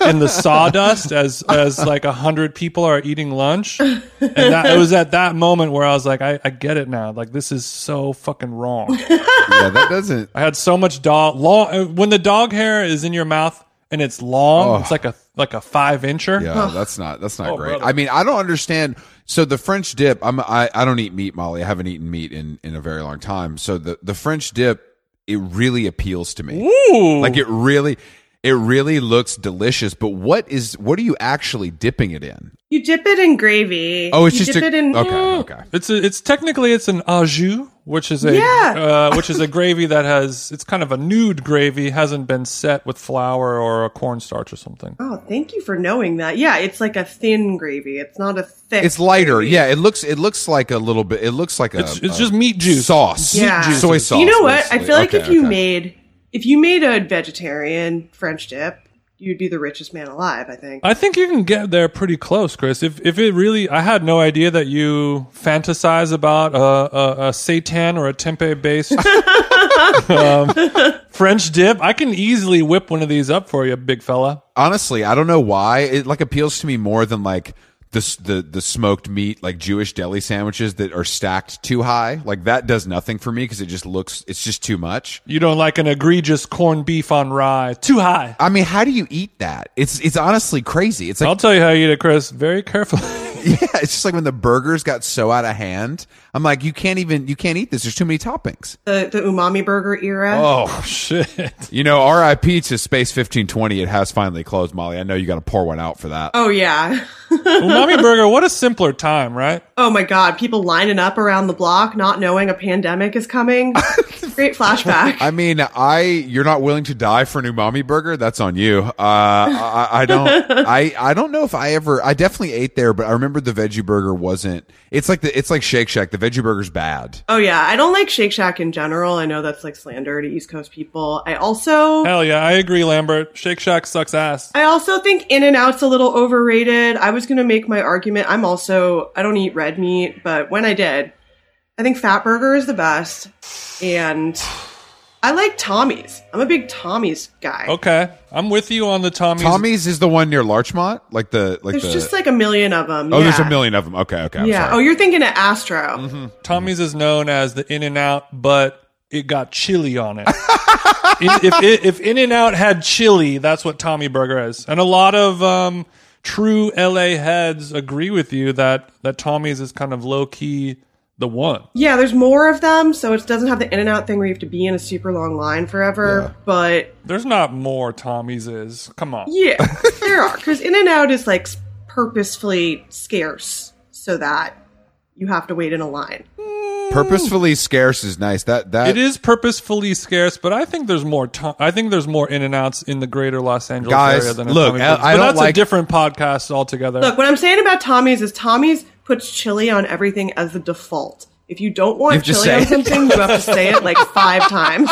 in the sawdust as as like a hundred people are eating lunch. And that, it was at that moment where I was like, I, I get it now. Like this is so fucking
[LAUGHS]
wrong.
yeah, that doesn't.
I had so much dog long uh, when the dog hair is in your mouth and it's long. It's like a like a five incher.
Yeah, that's not that's not great.
Oh, brother.
I mean, I don't understand. So the French dip, I'm I, I don't eat meat, Molly. I haven't eaten meat in in a very long time. So the the French dip, it really appeals to me.
Ooh.
Like it really, it really looks delicious. But what is what are you actually dipping it in?
You dip it in gravy.
Oh, it's
you
just
dip
a,
it in
okay, okay.
It's a, it's technically it's an au jus, which is a
Yeah.
uh, which is a gravy that has it's kind of a nude gravy, hasn't been set with flour or a cornstarch or something.
Oh, thank you for knowing that. Yeah, it's like a thin gravy. It's not a thick.
It's lighter.
gravy.
Yeah, it looks it looks like a little bit. It looks like a.
It's, it's
a-
just meat juice.
sauce.
Yeah. juices.
Soy sauce.
You know what? I
basically.
feel like
Okay,
if you
okay.
made if you made a vegetarian French dip, you'd be the richest man alive. I think.
I think you can get there pretty close, Chris. If if it really, I had no idea that you fantasize about a a, a seitan or a tempeh [LAUGHS] based um, French dip. I can easily whip one of these up for you, big fella.
honestly, I don't know why it like appeals to me more than like the s- the the smoked meat like Jewish deli sandwiches that are stacked too high. Like that does nothing for me because it just looks it's just too much.
You don't like an egregious corned beef on rye, too high.
I mean, how do you eat that? It's it's honestly crazy. It's like
I'll tell you how you eat it, Chris. Very carefully. [LAUGHS]
Oh.
[LAUGHS] yeah, it's just like when the burgers got so out of hand. I'm like, you can't even you can't eat this. There's too many toppings.
[LAUGHS] The the umami burger era.
Oh shit!
You know, R.I.P. to Space 1520. It has finally closed, Molly. I know you got to pour one out for that.
Oh yeah.
Umami burger. What a simpler time, right?
Oh my god, people lining up around the block not knowing a pandemic
[LAUGHS]
is coming. Great flashback.
I mean, I you're not willing to die for an umami burger. That's on you. Uh, I, I
[LAUGHS]
don't. I I don't know if I ever. I definitely ate there, but I remember the veggie burger wasn't. It's like the it's like Shake Shack. The veggie burger's bad.
Oh yeah, I don't like Shake Shack in general. I know that's like slander to East Coast people. I also
Hell yeah, I agree, Lambert. Shake Shack sucks ass.
I also think In and Out's a little overrated. I was gonna make my argument. I'm also I don't eat red meat, but when I did, I think Fat Burger is the best. And I like Tommy's. I'm a big Tommy's guy.
Okay, I'm with you on the Tommy's.
Tommy's is the one near Larchmont. Like the like
There's
the.
just like a million of them.
oh,
yeah.
there's a million of them. Okay, okay. I'm
Yeah. Oh,
Sorry. Mm-hmm.
you're thinking of Astro.
Tommy's is known as the In and Out, but it got chili on it. [LAUGHS] if if, it- if In and Out had chili, that's what Tommy Burger is. And a lot of um, true LA heads agree with you that that Tommy's is kind of low key the one.
Yeah, there's more of them, so it doesn't have the in and out thing where you have to be in a super long line forever. But
There's not more Tommy's is. Come on.
[LAUGHS]
yeah, there are because in and out is like s- purposefully scarce so that you have to wait in a line. Oh,
Purposefully scarce is nice. That that
It is purposefully scarce, but I think there's more. To- I think there's more in and outs in the greater Los Angeles
Guys,
area than in
look,
Tommy
I-
Burger's.
I
but
don't
that's a
like-
different podcast altogether.
Look, what I'm saying about Tommy's is Tommy's puts chili on everything as the default. If you don't
You
want
have to
chili
say
on
it.
something, you have to say
[LAUGHS]
it like five times.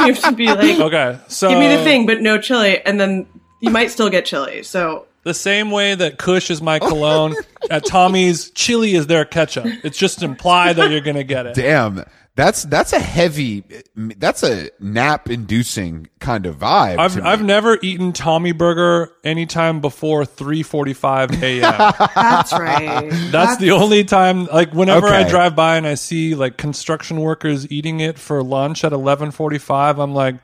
You have to be like,
okay, so
"Give me the thing, but no chili," and then you might still get chili. So
The same way that Kush is
[LAUGHS]
my cologne, at Tommy's chili is their ketchup. It's just implied that you're gonna get it.
Damn, that's that's a heavy, that's a nap inducing kind of vibe.
I've
to me.
I've never eaten Tommy Burger anytime before
[LAUGHS]
3:45 a.m.
that's right.
That's the only time. Like whenever I
Okay.
drive by and I see like construction workers eating it for lunch at 11:45, I'm like.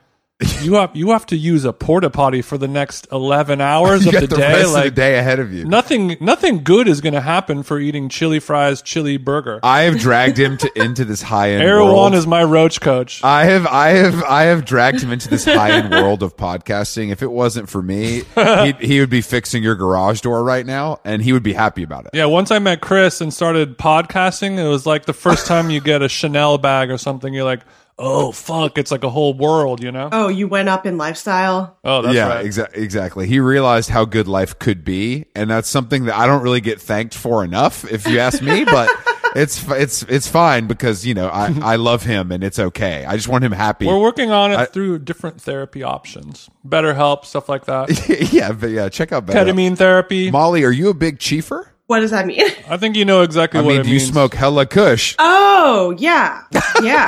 you have you have to use a porta potty for the next eleven
[LAUGHS] [LAUGHS]
hours
you
of
got
the
the
day.
rest
like
of the day ahead of you.
nothing nothing good is going to happen for eating chili fries, chili burger.
I have dragged him to into this high end.
Erewhon
world.
is my roach coach.
I have, I have, I have dragged him into this high-end world of podcasting. If it wasn't for me, he, he would be fixing your garage door right now, and he would be happy about it.
yeah, once I met Chris and started podcasting, it was like
[LAUGHS]
the first time you get a Chanel bag or something. You're like, oh fuck, it's like a whole world, you know?
Oh, you went up in lifestyle.
Oh, that's
yeah,
right.
exa- exactly. He realized how good life could be, and that's something that I don't really get thanked for enough, if you ask me. But it's f- it's it's fine because you know I I love him, and it's okay. I just want him happy.
We're working on it through different therapy options, BetterHelp, stuff like that,
[LAUGHS] [LAUGHS] yeah, but yeah, check out better.
ketamine therapy.
Molly, are you a big chiefer?
What does that mean?
I think you know exactly
I
what
mean,
it
do you
means.
smoke hella kush?
Oh, yeah. Yeah.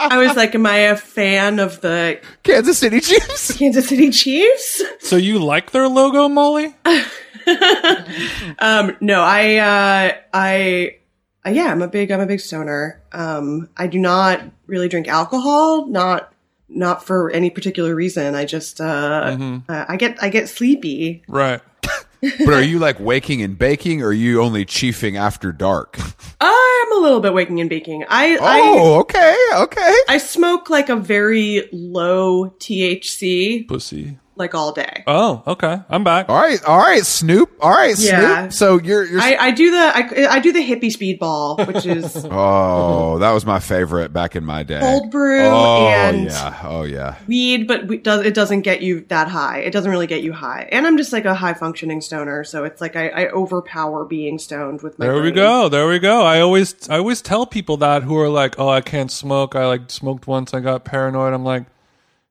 I was like, am I a fan of the
Kansas City Chiefs.
Kansas City Chiefs?
So you like their
[LAUGHS]
logo, Molly?
Um, no, I, uh, I, uh, yeah, I'm a big, I'm a big stoner. Um, I do not really drink alcohol, not, not for any particular reason. I just, uh, uh I get, I get sleepy.
Right.
[LAUGHS] but are you like waking and baking, or are you only chiefing after dark?
I'm a little bit waking and baking. I, I,
[LAUGHS] Oh, okay, okay.
I smoke like a very low THC,
Pussy.
like all day.
Oh, okay. I'm back.
All right, all right, Snoop. All right,
Yeah.
Snoop. So you're you're
I, I do the I, I do the hippie speedball,
[LAUGHS]
which is
Oh, that was my favorite back in my day.
cold brew
oh
and
yeah, oh yeah.
weed, but we, does, it doesn't get you that high. It doesn't really get you high. And I'm just like a high functioning stoner, so it's like I, I overpower being stoned with my.
There we
brain.
go. There we go. I always I always tell people that who are like, "Oh, I can't smoke. I like smoked once. I got paranoid." I'm like,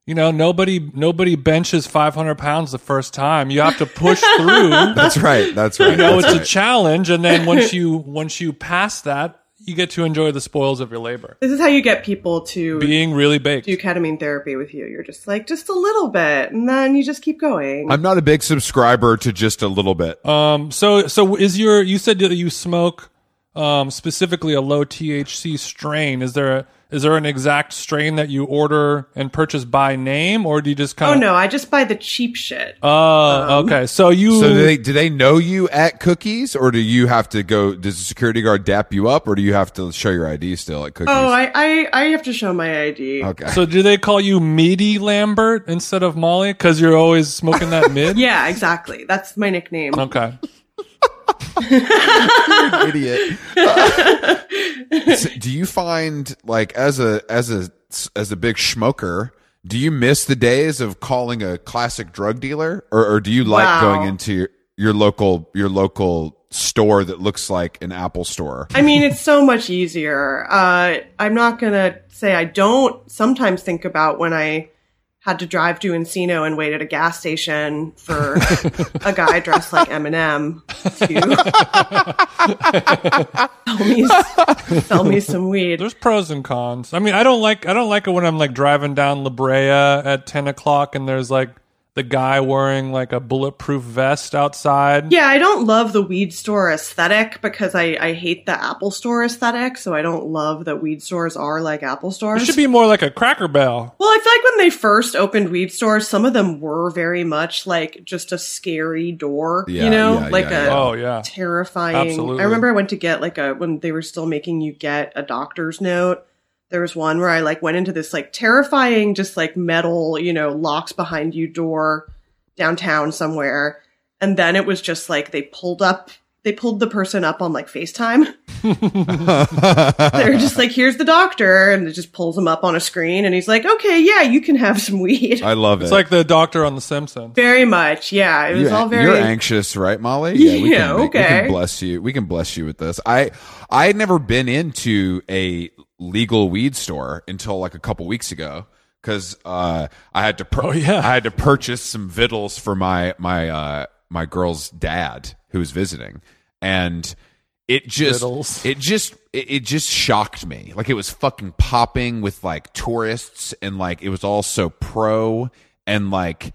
you know, nobody nobody benches 500 pounds the first time. You have to push through. you
That's right. That's [LAUGHS] right.
know,
that's
it's a
right.
challenge, and then once you once you pass that, you get to enjoy the spoils of your labor.
This is how you get people to
Being really baked.
do ketamine therapy with you. You're just like just a little bit, and then you just keep going.
I'm not a big subscriber to just a little bit.
Um. So so is your you said that you smoke, um, specifically a low THC strain. Is there a is there an exact strain that you order and purchase by name, or do you just kind
oh
of
no, I just buy the cheap shit.
Oh, okay. So you
Um, so do they do they know you at cookies, or do you have to go? Does the security guard dap you up, or do you have to show your ID still at cookies?
oh, I, I I have to show my ID.
okay.
so do they call you Meaty Lambert instead of Molly because you're always smoking that mid?
[LAUGHS] Yeah, exactly. That's my nickname.
Okay.
idiot. So Uh, do you find like as a as a as a big schmoker, do you miss the days of calling a classic drug dealer, or, or do you like
Wow.
going into your, your local your local store that looks like an Apple store? [LAUGHS]
I mean, it's so much easier. Uh, I'm not gonna say I don't sometimes think about when I had to drive to Encino and wait at a gas station for a guy dressed like Eminem to [LAUGHS] sell me, sell me some weed.
There's pros and cons. I mean, I don't like I don't like it when I'm like driving down La Brea at ten o'clock and there's like the guy wearing like a bulletproof vest outside.
Yeah, I don't love the weed store aesthetic because I, I hate the Apple store aesthetic, so I don't love that weed stores are like Apple
It
stores.
should be more like a Cracker Barrel.
Well, I feel like when they first opened weed stores, some of them were very much like just a scary door,
Yeah,
you know,
yeah,
like
yeah,
a
yeah.
Oh yeah.
terrifying.
Absolutely.
I remember I went to get like a when they were still making you get a doctor's note. There was one where I like went into this like terrifying, just like metal, you know, locks behind you door downtown somewhere, and then it was just like they pulled up. They pulled the person up on like FaceTime. [LAUGHS] They're just like, here's the doctor. And it just pulls him up on a screen. And he's like, okay, yeah, you can have some weed.
I love
It's
it.
like the doctor on The Simpsons.
Very much. Yeah. It was
you,
all very.
are anxious, right, Molly? we
Yeah,
can, make- we can
okay.
bless you. We can bless you with this. I I had never been into a legal weed store until like a couple weeks ago because uh, I had to pur-
Oh, yeah.
I had to purchase some victuals for my my uh, my girl's dad who was visiting, and it just
Vittles.
it just it, it just shocked me like it was fucking popping with like tourists and like it was all so pro and like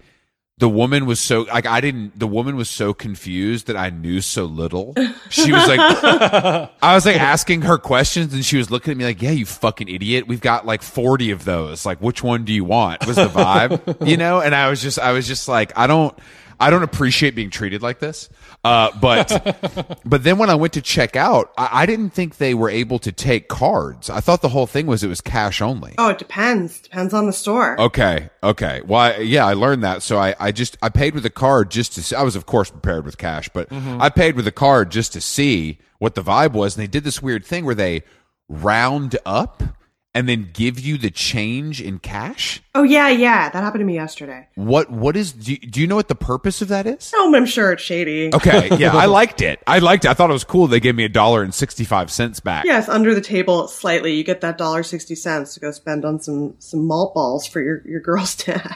the woman was so like i didn't the woman was so confused that i knew so little she was like i was like asking her questions and she was looking at me like yeah you fucking idiot we've got like 40 of those like which one do you want was the vibe you know and i was just i was just like i don't i don't appreciate being treated like this uh, but but then when i went to check out I, I didn't think they were able to take cards i thought the whole thing was it was cash only
Oh, it depends. Depends on the store.
Okay. Okay. Well, I, yeah, I learned that. So I, I just, I paid with a card just to see. I was, of course, prepared with cash, but I paid with a card just to see what the vibe was. And they did this weird thing where they round up and then give you the change in cash.
Oh yeah, yeah, that happened to me yesterday.
What, what is, do you, do you know what the purpose of that is?
No, I'm sure it's shady.
Okay. Yeah. I liked it. [LAUGHS] I liked it. I thought it was cool. They gave me a dollar and 65 cents back.
Yes, under the table slightly, you get that dollar sixty cents to go spend on some some malt balls for your your girl's [LAUGHS] dad.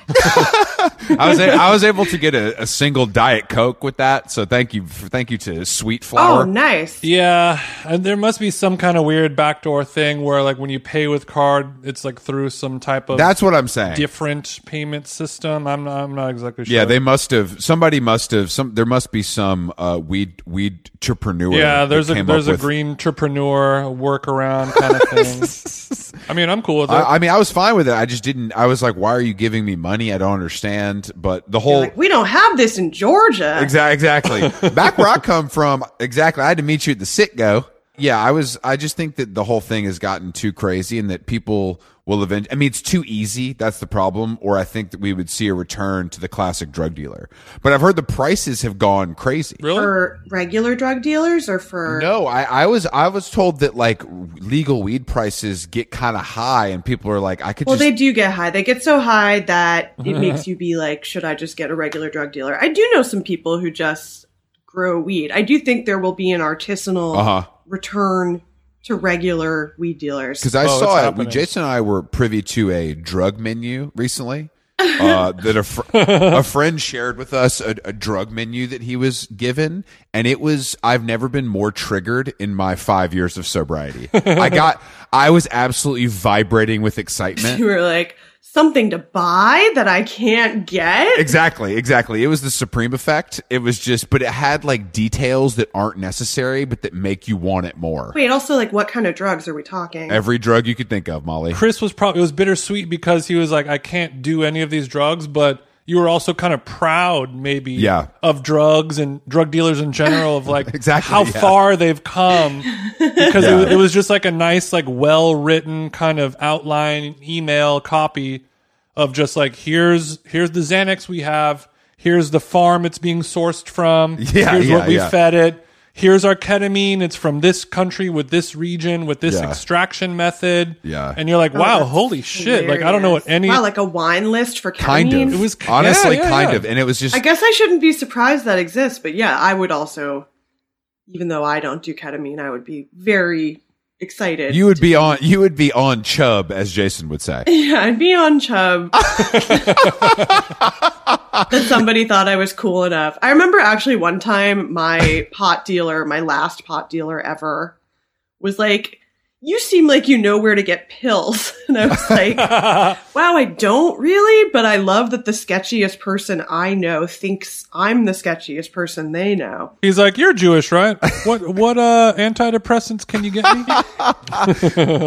I was, a, I was able to get a, a single diet Coke with that. So thank you. Thank you to Sweet Flower.
oh, nice.
Yeah, and there must be some kind of weird backdoor thing where, like, when you pay with card, it's like through some type of
That's what I'm saying.
different payment system. I'm not, I'm not exactly sure.
Yeah, they must have. Somebody must have. Some there must be some uh, weed weed entrepreneur.
yeah.
that
There's a
came
there's
up
a
with-
green entrepreneur workaround kind of
[LAUGHS]
thing. I mean, I'm cool with it.
I, I mean, I was fine with it. I just didn't. I was like, why are you giving me money? I don't understand. But the whole
Like, we don't have this in Georgia.
Exa- exactly. [LAUGHS] Back where I come from, exactly. I had to meet you at the sit go. Yeah, I was. I just think that the whole thing has gotten too crazy, and that people will eventually. I mean, it's too easy. That's the problem. Or I think that we would see a return to the classic drug dealer. But I've heard the prices have gone crazy.
really?
For regular drug dealers or for
No, I, I was I was told that like legal weed prices get kind of high, and people are like, I could
Well,
just
they do get high. They get so high that it makes you be like, should I just get a regular drug dealer? I do know some people who just grow weed. I do think there will be an artisanal
Uh-huh.
return to regular weed dealers.
because I
Oh,
saw
it's
it. We,
happening.
Jason and I were privy to a drug menu recently.
[LAUGHS]
uh, that a, fr- a friend shared with us a, a drug menu that he was given, and it was I've never been more triggered in my five years of sobriety. I got I was absolutely vibrating with excitement.
You
[LAUGHS]
[LAUGHS] were like, something to buy that I can't get?
Exactly, exactly. It was the supreme effect. It was just, but it had like details that aren't necessary, but that make you want it more.
Wait, also, like, what kind of drugs are we talking?
Every drug you could think of, Molly.
Chris was probably it was bittersweet because he was like, I can't do any of these drugs, but you were also kind of proud, maybe,
Yeah.
of drugs and drug dealers in
[LAUGHS]
general, of like
Exactly,
how
yeah.
far they've come. Because it,
Yeah.
was, it was just like a nice, like well written kind of outline email copy of just like here's here's the Xanax we have, here's the farm it's being sourced from,
[LAUGHS] Yeah,
here's
yeah,
what we
yeah.
fed it. Here's our ketamine. It's from this country with this region with this
Yeah.
extraction method.
Yeah.
And you're like, wow,
Oh, That's
holy shit. Like, I don't know what
hilarious.
any.
Wow, like a wine list for
Kind
ketamine?
of.
It was-
honestly
yeah, yeah,
kind
yeah.
of, and it was just
I guess I shouldn't be surprised that exists, but yeah, I would also, even though I don't do ketamine, I would be very excited.
you would be on you would be on chub, as Jason would say.
yeah, I'd be on
[LAUGHS]
Chubb. that somebody thought I was cool enough. I remember actually one time my pot dealer, my last pot dealer ever, was like, You seem like you know where to get pills. [LAUGHS] And I
[LAUGHS]
was like, Wow, I don't really, but I love that the sketchiest person I know thinks I'm the sketchiest person they know.
He's like, you're Jewish, right? What what uh antidepressants can you get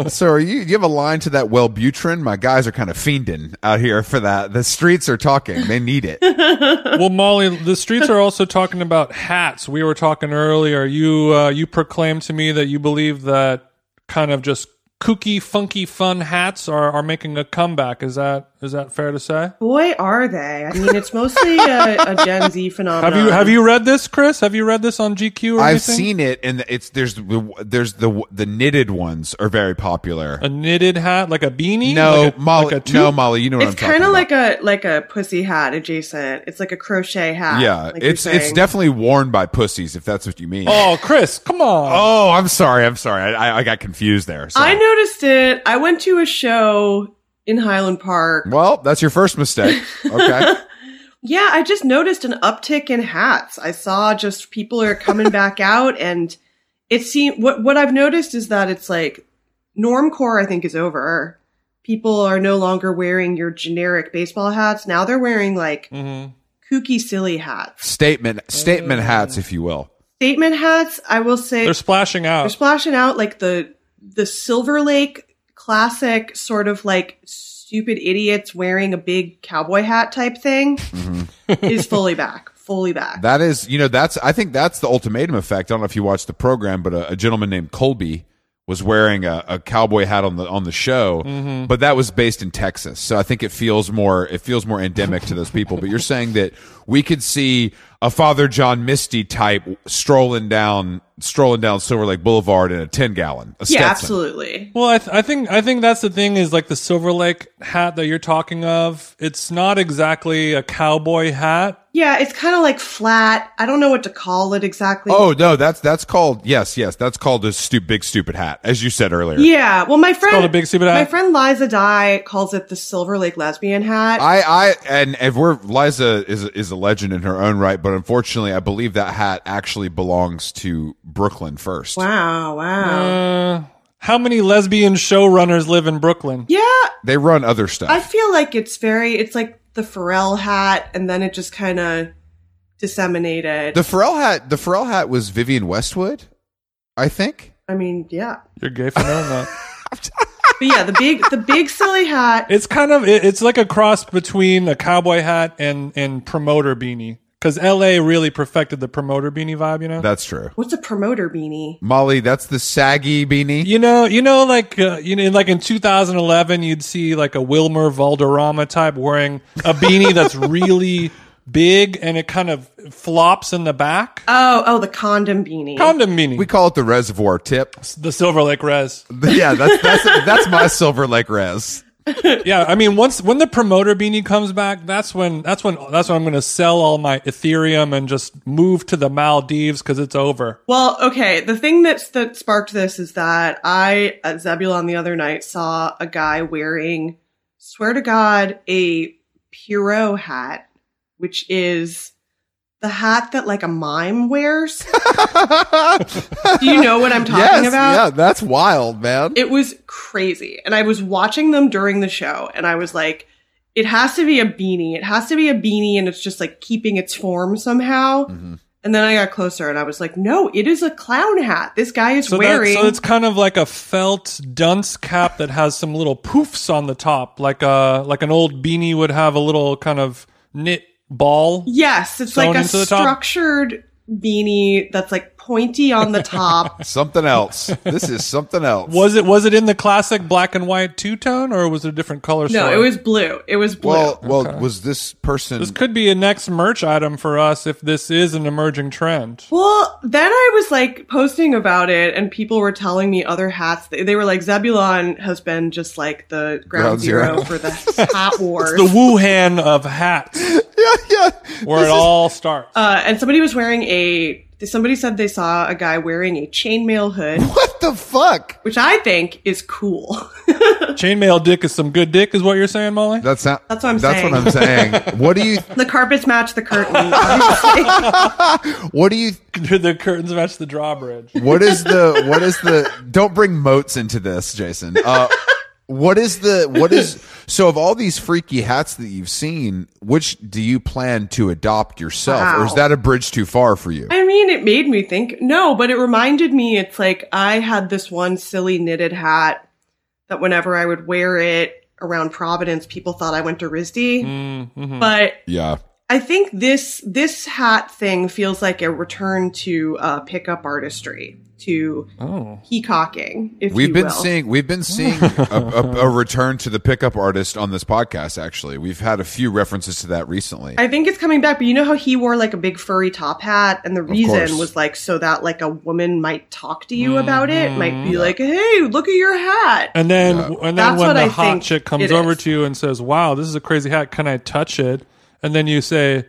[LAUGHS]
me?
so are you you have a line to that Wellbutrin? My guys are kind of fiending out here for that. The streets are talking. They need it.
well, Molly, the streets are also talking about hats. We were talking earlier. You uh, you proclaimed to me that you believe that kind of just kooky, funky, fun hats are are making a comeback. Is that is that fair to say?
Boy, are they. I mean, it's mostly a, a Gen Z phenomenon.
[LAUGHS] Have you have you read this, Chris? Have you read this on GQ or
I've
anything?
seen it, and it's there's the- there's the the knitted ones are very popular.
a knitted hat, like a beanie.
No,
like a,
Molly.
like a
no,
toque?
Molly. You know what
It's
I'm talking
kind of
about.
like a like a pussy hat adjacent. It's like a crochet hat.
Yeah,
like you're
it's it's
saying.
definitely worn by pussies if that's what you mean.
Oh, Chris, come on.
Oh, I'm sorry, I'm sorry, I, I, I got confused there.
I
Sorry.
noticed it. I went to a show in Highland Park.
Well, that's your first mistake. Okay.
Yeah, I just noticed an uptick in hats. I saw just people
[LAUGHS]
are coming back out and it seemed what what I've noticed is that it's like normcore I think is over. People are no longer wearing your generic baseball hats. Now they're wearing
Oh.
like
Mm-hmm.
kooky silly hats.
statement statement hats, if you will.
Statement hats, I will say
They're splashing
they're
out.
splashing out like the the Silver Lake classic sort of like stupid idiots wearing a big cowboy hat type thing is fully back. Fully back.
That is, you know, that's I think that's the ultimatum effect. I don't know if you watched the program, but a, a gentleman named Colby was wearing a, a cowboy hat on the on the show, but that was based in Texas, so I think it feels more it feels more endemic to those people. But you're saying that we could see a Father John Misty type strolling down strolling down Silver Lake Boulevard in a ten gallon. A
yeah,
Stetson.
absolutely.
Well, I, th- I think I think that's the thing is like the Silver Lake hat that you're talking of. It's not exactly a cowboy hat.
Yeah, it's kind of like flat. I don't know what to call it exactly.
Oh no, that's that's called yes, yes, that's called a stu- big stupid hat, as you said earlier.
yeah. Well, my friend,
called a big stupid
my
hat.
friend Liza Dye calls it the Silver Lake lesbian hat.
I, I, and if we're Liza is is a legend in her own right, but unfortunately, I believe that hat actually belongs to Brooklyn first.
wow, wow.
Uh, how many lesbian showrunners live in Brooklyn?
yeah,
They run other stuff.
I feel like it's very. It's like the Pharrell hat, and then it just kind of disseminated.
the Pharrell hat, the Pharrell hat was Vivian Westwood, I think.
I mean, yeah,
You're gay for knowing that.
but yeah, the big, the big silly hat.
[LAUGHS] It's kind of it, it's like a cross between a cowboy hat and and promoter beanie because L.A. really perfected the promoter beanie vibe. You know.
That's true,
What's a promoter beanie?
Molly. That's the saggy beanie.
you know, you know, like uh, you know, like in 2011, you'd see like a Wilmer Valderrama type wearing a beanie [LAUGHS] that's really big and it kind of flops in the back.
Oh, oh, the condom beanie.
Condom beanie,
We call it the reservoir tip.
the Silver Lake Res.
yeah, that's that's that's my Silver Lake res. [LAUGHS]
yeah, I mean, once when the promoter beanie comes back, that's when that's when that's when I'm going to sell all my Ethereum and just move to the Maldives because it's over.
Well, okay. The thing that's that sparked this is that I at Zebulon the other night saw a guy wearing, swear to God, a Pierrot hat, which is the hat that like a mime wears. Do you know what I'm
[LAUGHS]
talking
yes,
about?
yeah, that's wild, man.
It was crazy. And I was watching them during the show and I was like, it has to be a beanie. It has to be a beanie and it's just like keeping its form somehow.
Mm-hmm.
And then I got closer and I was like, no, it is a clown hat. This guy is
So, that,
wearing.
so it's kind of like a felt dunce cap that has some little poofs on the top, like a like an old beanie would have a little kind of knit ball.
yes, it's
sewn
like a
into the top.
structured beanie that's like pointy on
[LAUGHS]
the top.
something else. This is something else.
Was it was it in the classic black and white two tone, or was it a different color?
no,
story?
it was blue. It was blue.
well, well, was this person?
This could be a next merch item for us if this is an emerging trend.
Well, then I was like posting about it, and people were telling me other hats. They, they were like, Zebulon has been just like the
Ground
ground,
zero.
zero.
[LAUGHS]
for the hat wars.
The Wuhan of hats,
[LAUGHS]
yeah, yeah.
where it all starts.
uh, and somebody was wearing a. Somebody said they saw a guy wearing a chainmail hood,
What the fuck?
which I think is cool. [LAUGHS]
Chainmail dick is some good dick, is what you're saying, Molly. [LAUGHS]
That's not.
That's what I'm
that's
saying.
what I'm saying. What do you?
the carpets match
[LAUGHS]
the curtain. obviously.
What do you?
the curtains match the drawbridge.
What is the? What is the? Don't bring moats into this, Jason. Uh, what is the? What is? So, of all these freaky hats that you've seen, which do you plan to adopt yourself, or is
Wow.
that a bridge too far for you?
I mean, it made me think. No, but it reminded me. It's like I had this one silly knitted hat that whenever I would wear it around Providence, people thought I went to RISD.
Mm, mm-hmm.
But
Yeah.
I think this this hat thing feels like a return to uh, pickup artistry, to
Oh,
peacocking. If
We've
you
been
will.
seeing we've been seeing a, a, a return to the pickup artist on this podcast. Actually, we've had a few references to that recently.
I think it's coming back, but you know how he wore like a big furry top hat, and the
course.
reason was like so that like a woman might talk to you about it, might be like, "Hey, look at your hat."
and then and then
That's
when
what
the
I
hot
think
chick comes
it
over
is.
to you and says, "Wow, this is a crazy hat. Can I touch it?" And then you say,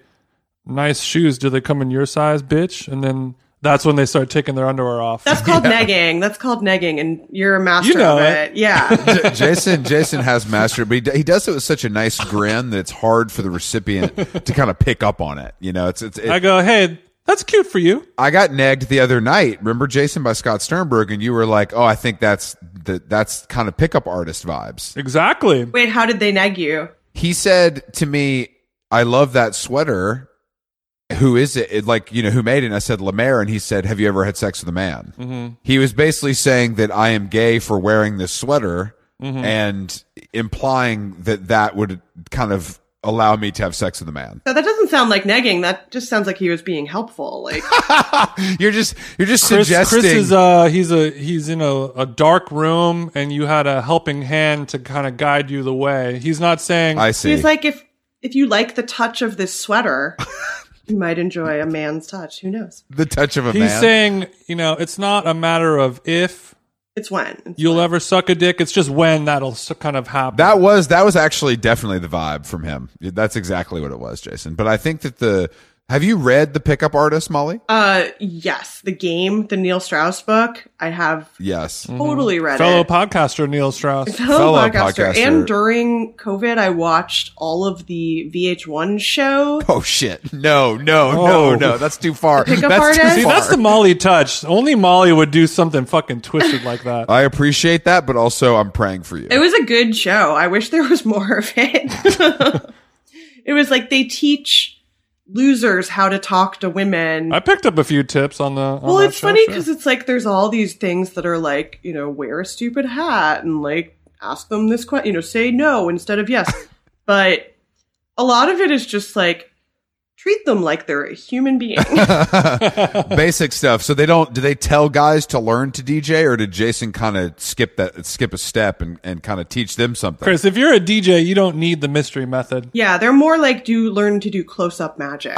"Nice shoes. Do they come in your size, bitch?" And then That's when they start taking their underwear off.
That's called negging. That's called negging, and you're a master
You know
of
it.
[LAUGHS]
it. Yeah.
J- Jason Jason has mastered, but he, d- he does it with such a nice grin that it's hard for the recipient to kind of pick up on it. You know, it's it's. It,
I
I,
go, hey, that's cute for you.
got negged the other night. Remember Jason by Scott Sternberg, and you were like, "Oh, I think that's the, that's kind of pickup artist vibes."
Exactly.
Wait, how did they neg you?
He said to me, "I love that sweater." Who is it? it? Like you know, who made it? And I said Lemaire, and he said, "Have you ever had sex with a man?"
Mm-hmm.
He was basically saying that I am gay for wearing this sweater,
Mm-hmm.
and implying that that would kind of allow me to have sex with a man.
So that doesn't sound like negging. That just sounds like he was being helpful. Like,
You're just you're just
Chris,
suggesting.
Chris is uh he's a he's in a, a dark room and you had a helping hand to kind of guide you the way. He's not saying
I see.
he's like, if if you like the touch of this [LAUGHS] sweater, you might enjoy a man's touch. Who knows?
the touch of a
he's
man.
saying, you know, it's not a matter of if
It's when.
you'll ever suck a dick, it's just when that'll s- kind of happen.
That was that was actually definitely the vibe from him. That's exactly what it was, Jason. But I think that the have you read the pickup artist, Molly?
Uh, yes, the game, the Neil Strauss book. I have
yes.
totally read
Fellow
it.
podcaster Neil Strauss.
Mm-hmm. [LAUGHS] Fellow
fellow
podcaster.
podcaster.
And during COVID, I watched all of the VH1 show.
Oh shit! No, no,
Oh.
no, no. That's too far.
pickup
that's too
[LAUGHS]
artist?
See,
far.
that's the Molly touch. Only Molly would do something fucking twisted like that.
I appreciate that, but also I'm praying for you.
It was a good show. I wish there was [LAUGHS] more of [LAUGHS] it. it was like they teach losers how to talk to women.
I picked up a few tips on the. On
Oh,
well,
that
it's
show,
funny
sure.
because it's like there's all these things that are like, you know, wear a stupid hat and like ask them this question, you know, say no instead of yes. but a lot of it is just like treat them like they're a
[LAUGHS]
human being.
Basic stuff. So they don't. Do they tell guys to learn to DJ, or did Jason kind of skip that, skip a step, and, and kind of teach them something?
Chris, if you're a DJ, you don't need the mystery method.
yeah, they're more like do learn to do close
[LAUGHS]
up magic.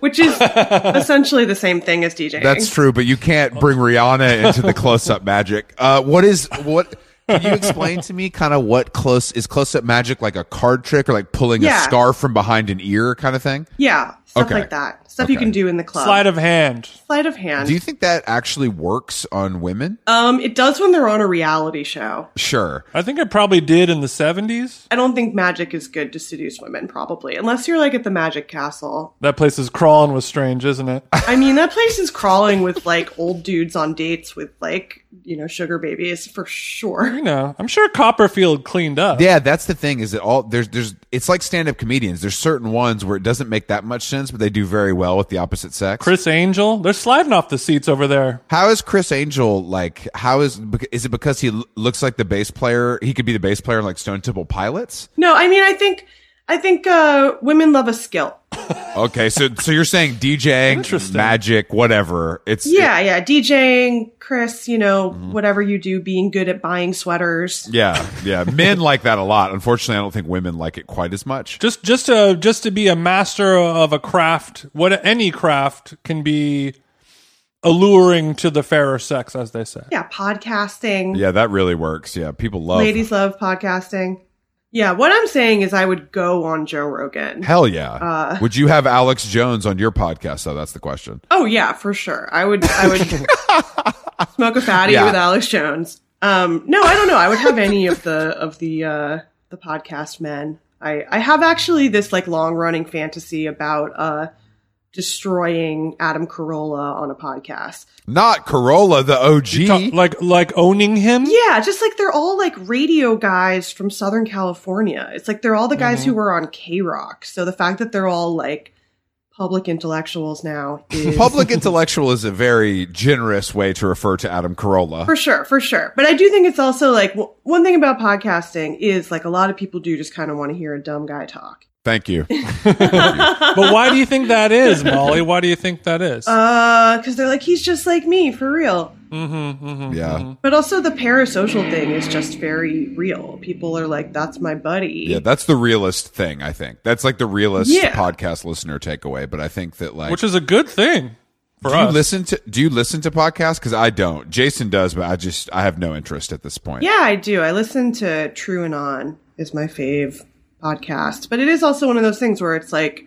Which is essentially the same thing as DJing.
That's true, but you can't bring Rihanna into the close-up magic. Uh, what is what? Can you explain to me kind of what close is close-up magic like a card trick or like pulling
Yeah.
a scarf from behind an ear kind of thing?
Yeah, stuff
Okay.
like that. Stuff you
Okay.
can do in the club.
Sleight of hand.
Sleight of hand.
Do you think that actually works on women?
um, it does when they're on a reality show.
sure.
I think I probably did in the 70s.
I don't think magic is good to seduce women, probably, unless you're like at the Magic Castle.
That place is crawling with strange, isn't
[LAUGHS]
it?
I mean, that place is crawling with like old dudes on dates with like you know sugar babies for sure.
You know, I'm sure Copperfield cleaned up.
Yeah, that's the thing is that all there's there's it's like stand-up comedians. There's certain ones where it doesn't make that much sense, but they do very well with the opposite sex.
Chris Angel, they're sliding off the seats over there.
How is Chris Angel like? How is bec- is it because he l- looks like the bass player? He could be the bass player in like Stone Temple Pilots.
No, I mean, I think I think uh, women love a skill.
Okay, so so you're saying DJing,
Interesting.
magic, whatever. It's
Yeah, yeah, DJing, Chris, you know,
Mm-hmm.
whatever you do, being good at buying sweaters.
it- yeah, yeah. Men like that a lot. Unfortunately, I don't think women like it quite as much.
Just just to just to be a master of a craft, what any craft can be alluring to the fairer sex, as they say.
Yeah, podcasting.
Yeah, that really works. Yeah, people love.
Ladies love podcasting. Yeah, what I'm saying is I would go on Joe Rogan.
Hell yeah!
uh,
Would you have Alex Jones on your podcast? Though that's the question.
Oh yeah, for sure. I would I would smoke a fatty
Yeah.
with Alex Jones. Um no, I don't know. I would have any of the of the uh the podcast men. I I have actually this like long running fantasy about uh destroying Adam Carolla on a podcast.
Not Corolla, the OG.
[LAUGHS] Like like owning him.
Yeah, just like they're all like radio guys from Southern California. It's like they're all the guys who were on K Rock. So the fact that they're all like public intellectuals now is
Public intellectual is a very generous way to refer to Adam Carolla.
for sure, for sure. But I do think it's also like w- one thing about podcasting is like a lot of people do just kind of want to hear a dumb guy talk.
Thank you.
Mm-hmm,
But why do you think that is, Molly? Why do you think that is?
Uh, because they're like he's just like me for real.
Yeah,
But also the parasocial thing is just very real. People are like, that's my buddy.
yeah. That's the realest thing. I think that's like the realest
Yeah.
podcast listener takeaway. But I think that like
Which is a good thing for
do you
us.
listen to do you listen to podcasts because i don't jason does but i just i have no interest at this point
Yeah, I do. I listen to True and On is my fave podcast, but it is also one of those things where it's like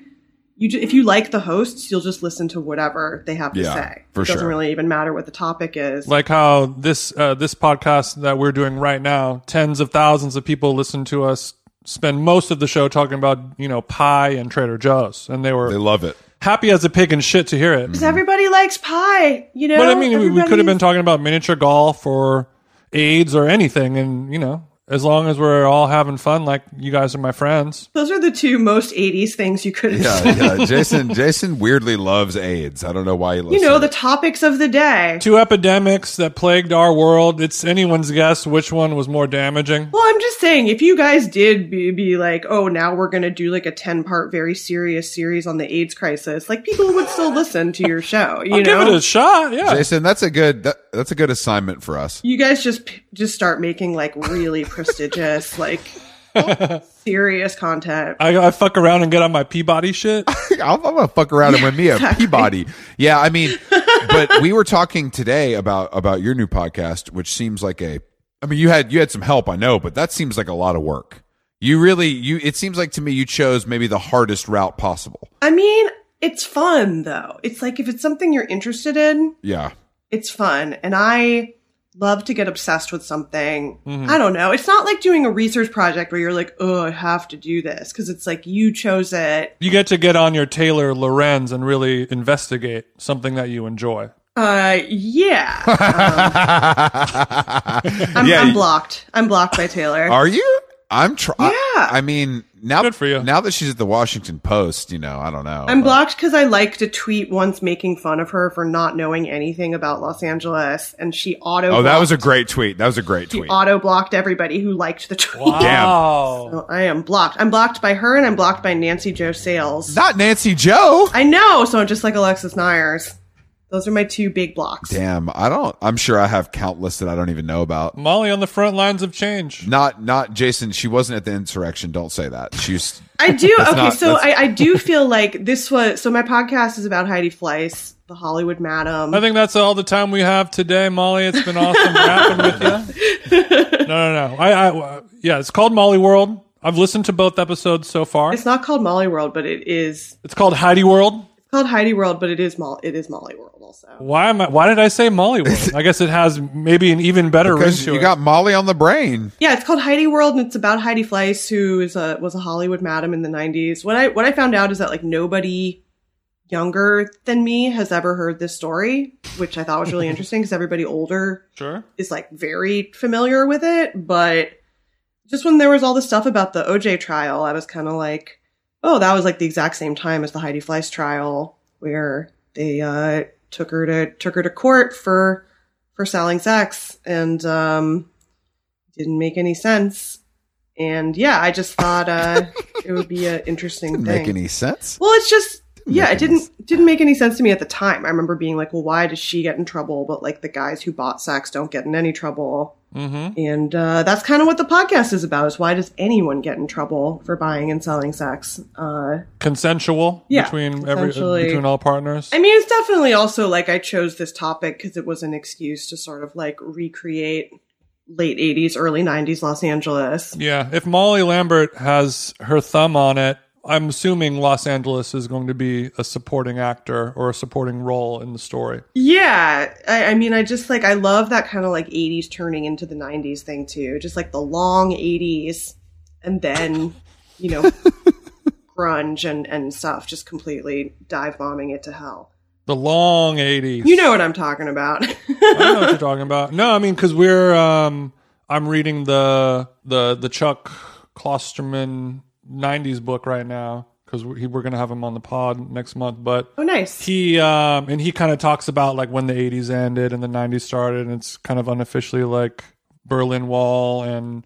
you ju- if you like the hosts, you'll just listen to whatever they have to
Yeah,
say.
for
it doesn't
sure.
really even matter what the topic is.
like how this uh, this podcast that we're doing right now, tens of thousands of people listen to us spend most of the show talking about you know pie and Trader Joe's, and they were
They love it.
happy as a pig and shit to hear it.
'Cause everybody likes pie, you know.
But I mean, we, we could have been
Everybody's-
talking about miniature golf or AIDS or anything, and you know, as long as we're all having fun, like you guys are my friends.
Those are the two most '80s things you could. have said.
Yeah, yeah. Jason Jason weirdly loves AIDS. I don't know why he loves
You know
it.
the topics of the day.
Two epidemics that plagued our world. It's anyone's guess which one was more damaging.
Well, I'm just saying, if you guys did be, be like, oh, now we're going to do like a 10 part, very serious series on the AIDS crisis, like people would still listen to your show, you
Give
know?
it a shot, yeah.
Jason, that's a good that, that's a good assignment for us.
you guys just p- just start making like really prestigious, like
[LAUGHS]
serious content.
I, I fuck around and get on my Peabody
[LAUGHS]
shit.
[LAUGHS] I'm, I'm gonna fuck around and win me a Peabody. Yeah, I mean, but we were talking today about about your new podcast, which seems like a. I mean, you had you had some help, I know, but that seems like a lot of work. You really you. It seems like to me you chose maybe the hardest route possible.
I mean, it's fun though. It's like if it's something you're interested in,
Yeah,
it's fun. And I love to get obsessed with something.
Mm-hmm.
I don't know. It's not like doing a research project where you're like, oh, I have to do this because it's like you chose it.
You get to get on your Taylor Lorenz and really investigate something that you enjoy.
Uh,
[LAUGHS]
yeah. I'm,
yeah.
I'm blocked. I'm blocked by Taylor.
Are you? I'm trying.
Yeah.
I mean, now
Good for you.
Now that she's at the Washington Post, you know, I don't know.
I'm
but-
blocked because I liked a tweet once making fun of her for not knowing anything about Los Angeles, and she auto.
Oh, that was a great tweet. That was a great
she
tweet.
auto blocked everybody who liked the tweet.
Wow.
So I am blocked. I'm blocked by her, and I'm blocked by Nancy Jo Sales.
Not Nancy Joe.
I know. So I'm just like Alexis Nyers. Those are my two big blocks.
Damn, I don't. I'm sure I have countless that I don't even know about.
Molly on the front lines of change.
Not, not Jason. She wasn't at the insurrection. Don't say that. She's.
I do. okay,
not-
so
[LAUGHS] that's-
I, I do feel like this was. So my podcast is about Heidi Fleiss, the Hollywood Madam.
I think that's all the time we have today, Molly. It's been awesome rapping with you. No,
[LAUGHS]
no, no. I, I, yeah, it's called Molly World. I've listened to both episodes so far.
It's not called Molly World, but it is
It's called Heidi World.
it's called Heidi World, but it is Molly it is Molly World also.
Why am I? Why did I
[LAUGHS]
say Molly World? I guess it has maybe an even better ring
Because
to
you
it.
got Molly on the brain.
Yeah, it's called Heidi World and it's about Heidi Fleiss who is a was a Hollywood madam in the 90s. What I what I found out is that like nobody younger than me has ever heard this story, which I thought
[LAUGHS]
was really interesting because everybody older
sure.
is like very familiar with it, but just when there was all this stuff about the OJ trial, I was kind of like, oh, that was like the exact same time as the Heidi Fleiss trial, where they uh, took her to took her to court for for selling sex, and um, didn't make any sense. And yeah, I just thought uh, it would be an interesting
Didn't
thing.
[LAUGHS] make any sense.
Well, it's just yeah,
make
it didn't didn't make any sense to me at the time. I remember being like, well, why does she get in trouble, but like the guys who bought sex don't get in any trouble? Mm-hmm. And uh, that's kind of what the podcast is about: is why does anyone get in trouble for buying and selling sex? Uh,
Consensual
Yeah,
between every
essentially.
between all partners.
I mean, it's definitely also like I chose this topic because it was an excuse to sort of like recreate late '80s, early '90s Los Angeles.
Yeah, if Molly Lambert has her thumb on it, I'm assuming Los Angeles is going to be a supporting actor or a supporting role in the story.
Yeah, I, I mean, I just like I love that kind of like '80s turning into the '90s thing too. Just like the long '80s, and then you know, grunge and and stuff, just completely dive bombing it to hell.
The long 80s.
You know what I'm talking about? [LAUGHS]
I know what you're talking about. No, I mean cuz we're um I'm reading the the the Chuck Klosterman 90s book right now cuz we're, we're going to have him on the pod next month, but
oh, nice.
he um and he kind of talks about like when the 80s ended and the 90s started and it's kind of unofficially like berlin wall and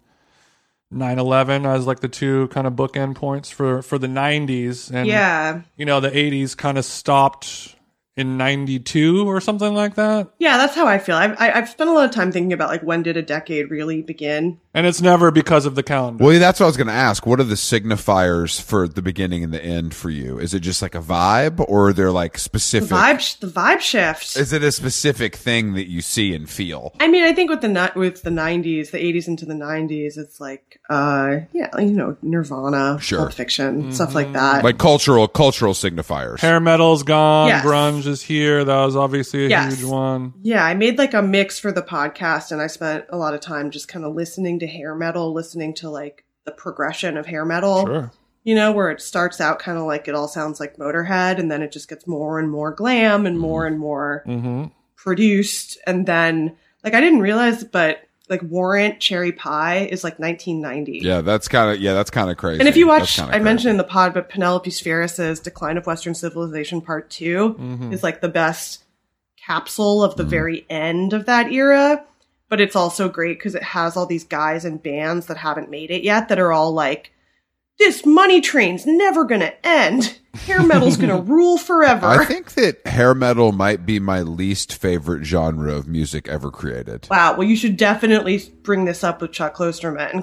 9-11 as like the two kind of bookend points for for the 90s and
Yeah,
you know the 80s kind of stopped in 92 or something like that
yeah, that's how I feel. I've I, I've spent a lot of time thinking about like when did a decade really begin?
and it's never because of the calendar.
Well, that's what I was going to ask. What are the signifiers for the beginning and the end for you? Is it just like a vibe, or are there like specific?
The vibe, sh- the vibe shift.
Is it a specific thing that you see and feel?
I mean, I think with the ni- with the '90s, the '80s into the '90s, it's like, uh, yeah, you know, Nirvana,
Sure.
Pulp Fiction, stuff like that.
Like cultural, cultural signifiers.
Hair metal's gone.
Yes.
Grunge is here. That was obviously a
Yes.
huge one.
yeah, I made like a mix for the podcast, and I spent a lot of time just kind of listening to hair metal, listening to like the progression of hair metal.
Sure.
You know, where it starts out kind of like it all sounds like Motorhead, and then it just gets more and more glam and more and more
Mm-hmm.
produced and then like I didn't realize but like Warrant Cherry Pie is like 1990.
Yeah, that's kind of yeah, that's kind of crazy.
And if you
That's
watch,
kinda
I
crazy.
mentioned in the pod, but Penelope Spheris's Decline of Western Civilization Part 2
Mm.
Mhm.
is like the best capsule of the very end of that era. But it's also great because it has all these guys and bands that haven't made it yet that are all like, this money train's never going to end. Hair metal's
[LAUGHS]
going to rule forever.
I think that hair metal might be my least favorite genre of music ever created.
Wow. Well, you should definitely bring this up with Chuck Klosterman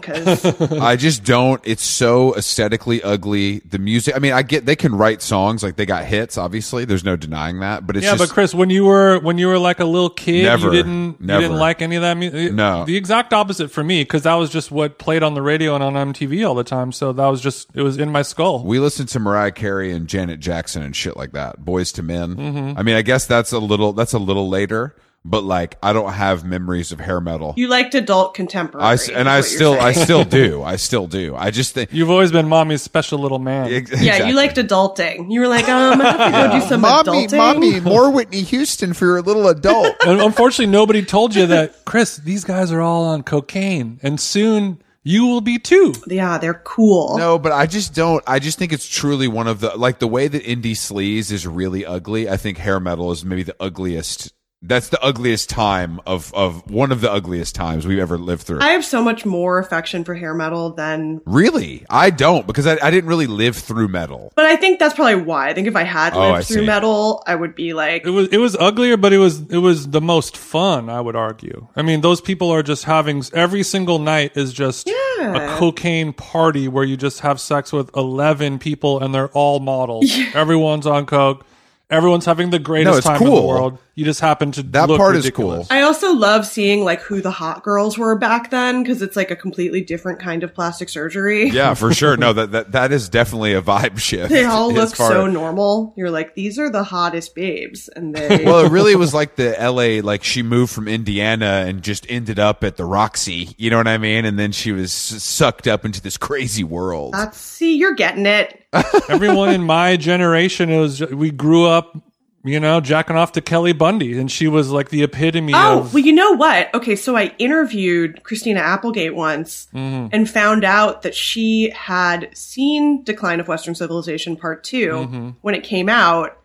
[LAUGHS]
because
I just don't. It's so aesthetically ugly. The music. I mean, I get they can write songs like they got hits. Obviously, there's no denying that. But it's
Yeah,
just
but Chris, when you were when you were like a little kid,
Never.
you didn't
Never.
you didn't like any of that music.
No.
the exact opposite for me because that was just what played on the radio and on MTV all the time. So that was just it was in my skull.
we listen to Mariah Carey and Janet Jackson and shit like that. Boys to Men.
Mm-hmm.
I mean, I guess that's a little that's a little later. But like, I don't have memories of hair metal.
you liked adult contemporary.
I s- and
is
I
what you're
still I
saying.
still do. I still do. I just think.
You've always been mommy's special little man.
[LAUGHS] Exactly.
yeah, you liked adulting. You were like, um, I have to go do some
mommy,
adulting.
mommy, more Whitney Houston for your little adult.
[LAUGHS] and unfortunately, nobody told you that Chris. These guys are all on cocaine, and soon you will be too.
Yeah, they're cool.
No, but I just don't. I just think it's truly one of the like the way that indie sleaze is really ugly. I think hair metal is maybe the ugliest. That's the ugliest time of of one of the ugliest times we've ever lived through.
I have so much more affection for hair metal than.
really, I don't because I, I didn't really live through metal.
But I think that's probably why. I think if I had
Oh,
lived
I
through
see.
metal, I would be like,
It was it was uglier, but it was it was the most fun. I would argue. I mean, those people are just having every single night is just a cocaine party where you just have sex with eleven people and they're all
[LAUGHS]
models. Everyone's on coke. Everyone's having the greatest
it's
time in
cool.
the world. You just happen to
That
look
part
ridiculous.
is cool.
I also love seeing like who the hot girls were back then because it's like a completely different kind of plastic surgery.
Yeah, for sure. No, that that that is definitely a vibe shift.
[LAUGHS] They all
as
look
far
so
as-
normal. You're like, these are the hottest babes, and they.
[LAUGHS] [LAUGHS] well, it really was like the LA, like she moved from Indiana and just ended up at the Roxy. You know what I mean? And then she was s- sucked up into this crazy world.
That's see, you're getting it. [LAUGHS]
Everyone in my generation it was we grew up, you know, jacking off to Kelly Bundy, and she was like the epitome
Oh,
of
well, you know what? Okay, so I interviewed Christina Applegate once and found out that she had seen Decline of Western Civilization Part 2 when it came out,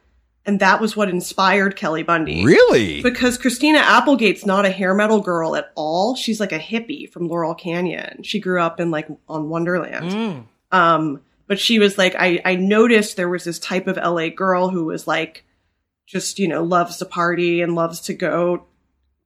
and that was what inspired Kelly Bundy.
really?
Because Christina Applegate's not a hair metal girl at all. She's like a hippie from Laurel Canyon. She grew up in like on Wonderland. Um, but she was like, I, I noticed there was this type of LA girl who was like, just, you know, loves to party and loves to go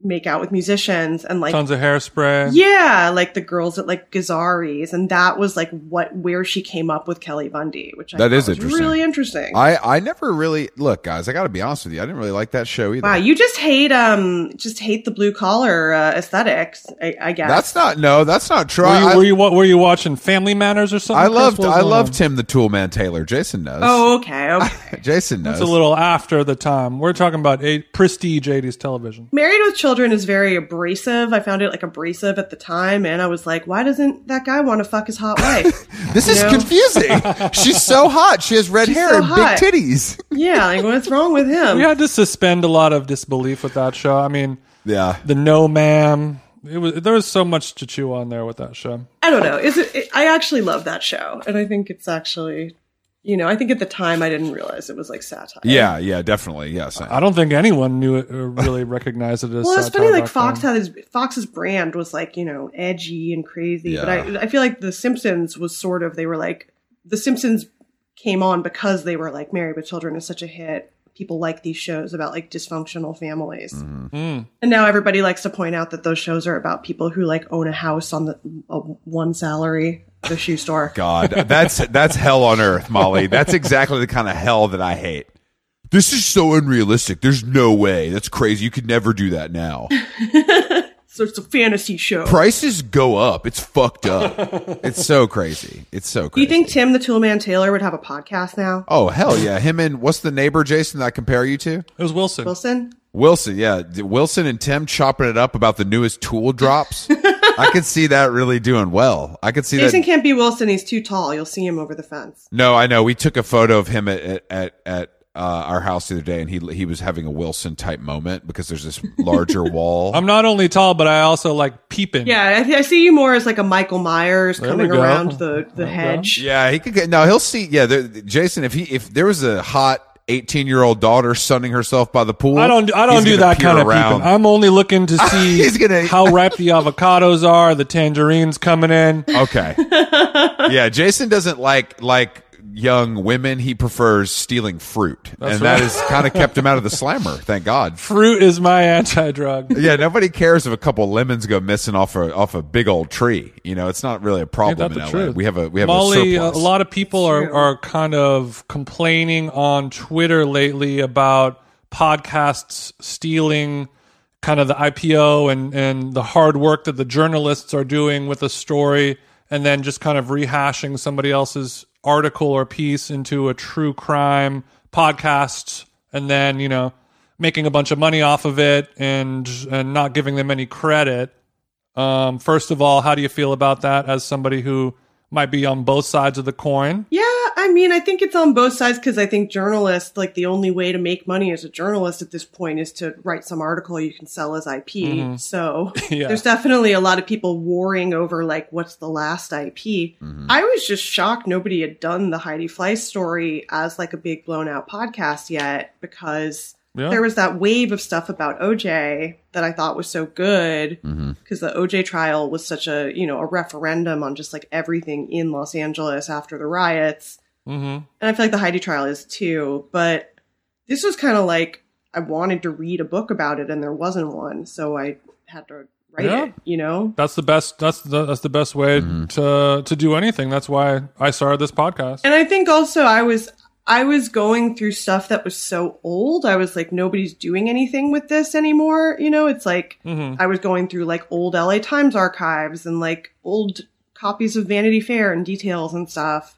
make out with musicians and like,
tons of hairspray.
yeah, like the girls at like Gazari's. And that was like what, where she came up with Kelly Bundy, which I
That
thought
is
was
interesting.
really interesting.
I I never really look, guys. I got to be honest with you. I didn't really like that show either.
Wow, you just hate um, just hate the blue collar uh, aesthetics. I, I guess
that's not no. That's not true.
Were
I,
you, were you wa- were you watching Family Matters or something?
I
Chris?
loved
What was
I
going
loved
on?
Tim the Tool Man Taylor. Jason knows.
Oh, okay, okay. [LAUGHS]
Jason knows.
It's a little after the time. We're talking about a prestige '80s television.
Married with Children is very abrasive. I found it like abrasive at the time, and I was like, why doesn't that guy want to fuck his
[LAUGHS]
hot wife?
this is
you know?
confusing.
[LAUGHS]
She's so hot. She has red hair
so
and
hot.
big titties. [LAUGHS]
yeah, like what's wrong with him?
We had to suspend a lot of disbelief with that show. I mean,
Yeah.
the No Ma'am. It was there was so much to chew on there with that show.
I don't know. Is it, it? I actually love that show, and I think it's actually, you know, I think at the time I didn't realize it was like satire.
Yeah. Yeah. Definitely. Yeah.
Uh,
same.
I don't think anyone knew it or
[LAUGHS]
really recognized it as.
Well, it's
satire
funny. Like
back
Fox
then.
had his Fox's brand was like you know edgy and crazy, but
Yeah.
I I feel like The Simpsons was sort of they were like The Simpsons came on because they were like Married with Children is such a hit. people like these shows about like dysfunctional families. And now everybody likes to point out that those shows are about people who like own a house on the uh, one salary, the shoe store.
God, that's that's hell on earth, Molly. That's exactly the kind of hell that I hate. This is so unrealistic. There's no way. That's crazy. You could never do that now.
So it's a fantasy show.
Prices go up. It's fucked up. It's so crazy. It's so
Do
crazy.
you think Tim the Toolman Taylor would have a podcast now?
oh hell yeah. Him and what's the neighbor Jason that I compare you to?
It was Wilson.
Wilson?
Wilson, yeah. D- Wilson and Tim chopping it up about the newest tool
[LAUGHS]
drops. I could see that really doing well. I could see that
Jason can't be Wilson. He's too tall. You'll see him over the fence.
No, I know. We took a photo of him at at at, at uh, our house the other day, and he he was having a Wilson type moment because there's this larger wall.
I'm not only tall, but I also like peeping.
Yeah, I, th- I see you more as like a Michael Myers coming
we go.
around the, the hedge.
yeah, he could get no. He'll see. Yeah, there, Jason. If he if there was a hot 18 year old daughter sunning herself by the pool,
I don't. I
he's
don't do
gonna
that
peer
kind of
around.
peeping. I'm only looking to see
He's gonna-
how ripe the avocados are, the tangerines
[LAUGHS]
coming in.
[LAUGHS] Okay. yeah, Jason doesn't like like young women. He prefers stealing fruit, and that has kind of kept him out of the slammer. Thank God.
Fruit is my anti-drug.
Yeah, nobody cares if a couple lemons go missing off a off a big old tree. You know, it's not really a
Ain't
problem
that
in
the
LA.
truth?
We have a we have
Molly, uh,
a surplus.
a lot of people are, are kind of complaining on Twitter lately about podcasts stealing kind of the IPO and, and the hard work that the journalists are doing with a story and then just kind of rehashing somebody else's article or piece into a true crime podcast and then, you know, making a bunch of money off of it and and not giving them any credit. Um, first of all, how do you feel about that as somebody who might be on both sides of the coin?
Yeah, I mean, I think it's on both sides because I think journalists, like, the only way to make money as a journalist at this point is to write some article you can sell as IP. So
[LAUGHS] Mm-hmm. [LAUGHS] Yeah.
there's definitely a lot of people warring over, like, what's the last IP.
Mm-hmm.
I was just shocked nobody had done the Heidi Fleiss story as, like, a big blown out podcast yet because
Yeah.
there was that wave of stuff about OJ that I thought was so good
Mm-hmm.
because the OJ trial was such a you know a referendum on just like everything in Los Angeles after the riots,
Mm-hmm.
and I feel like the Heidi trial is too. But this was kind of like I wanted to read a book about it, and there wasn't one, so I had to write
Yeah.
it. You know,
That's the best. That's the that's the best way to to do anything. That's why I started this podcast.
and I think also I was. I was going through stuff that was so old. I was like, nobody's doing anything with this anymore. You know, it's like
Mm-hmm.
I was going through like old LA Times archives and like old copies of Vanity Fair and details and stuff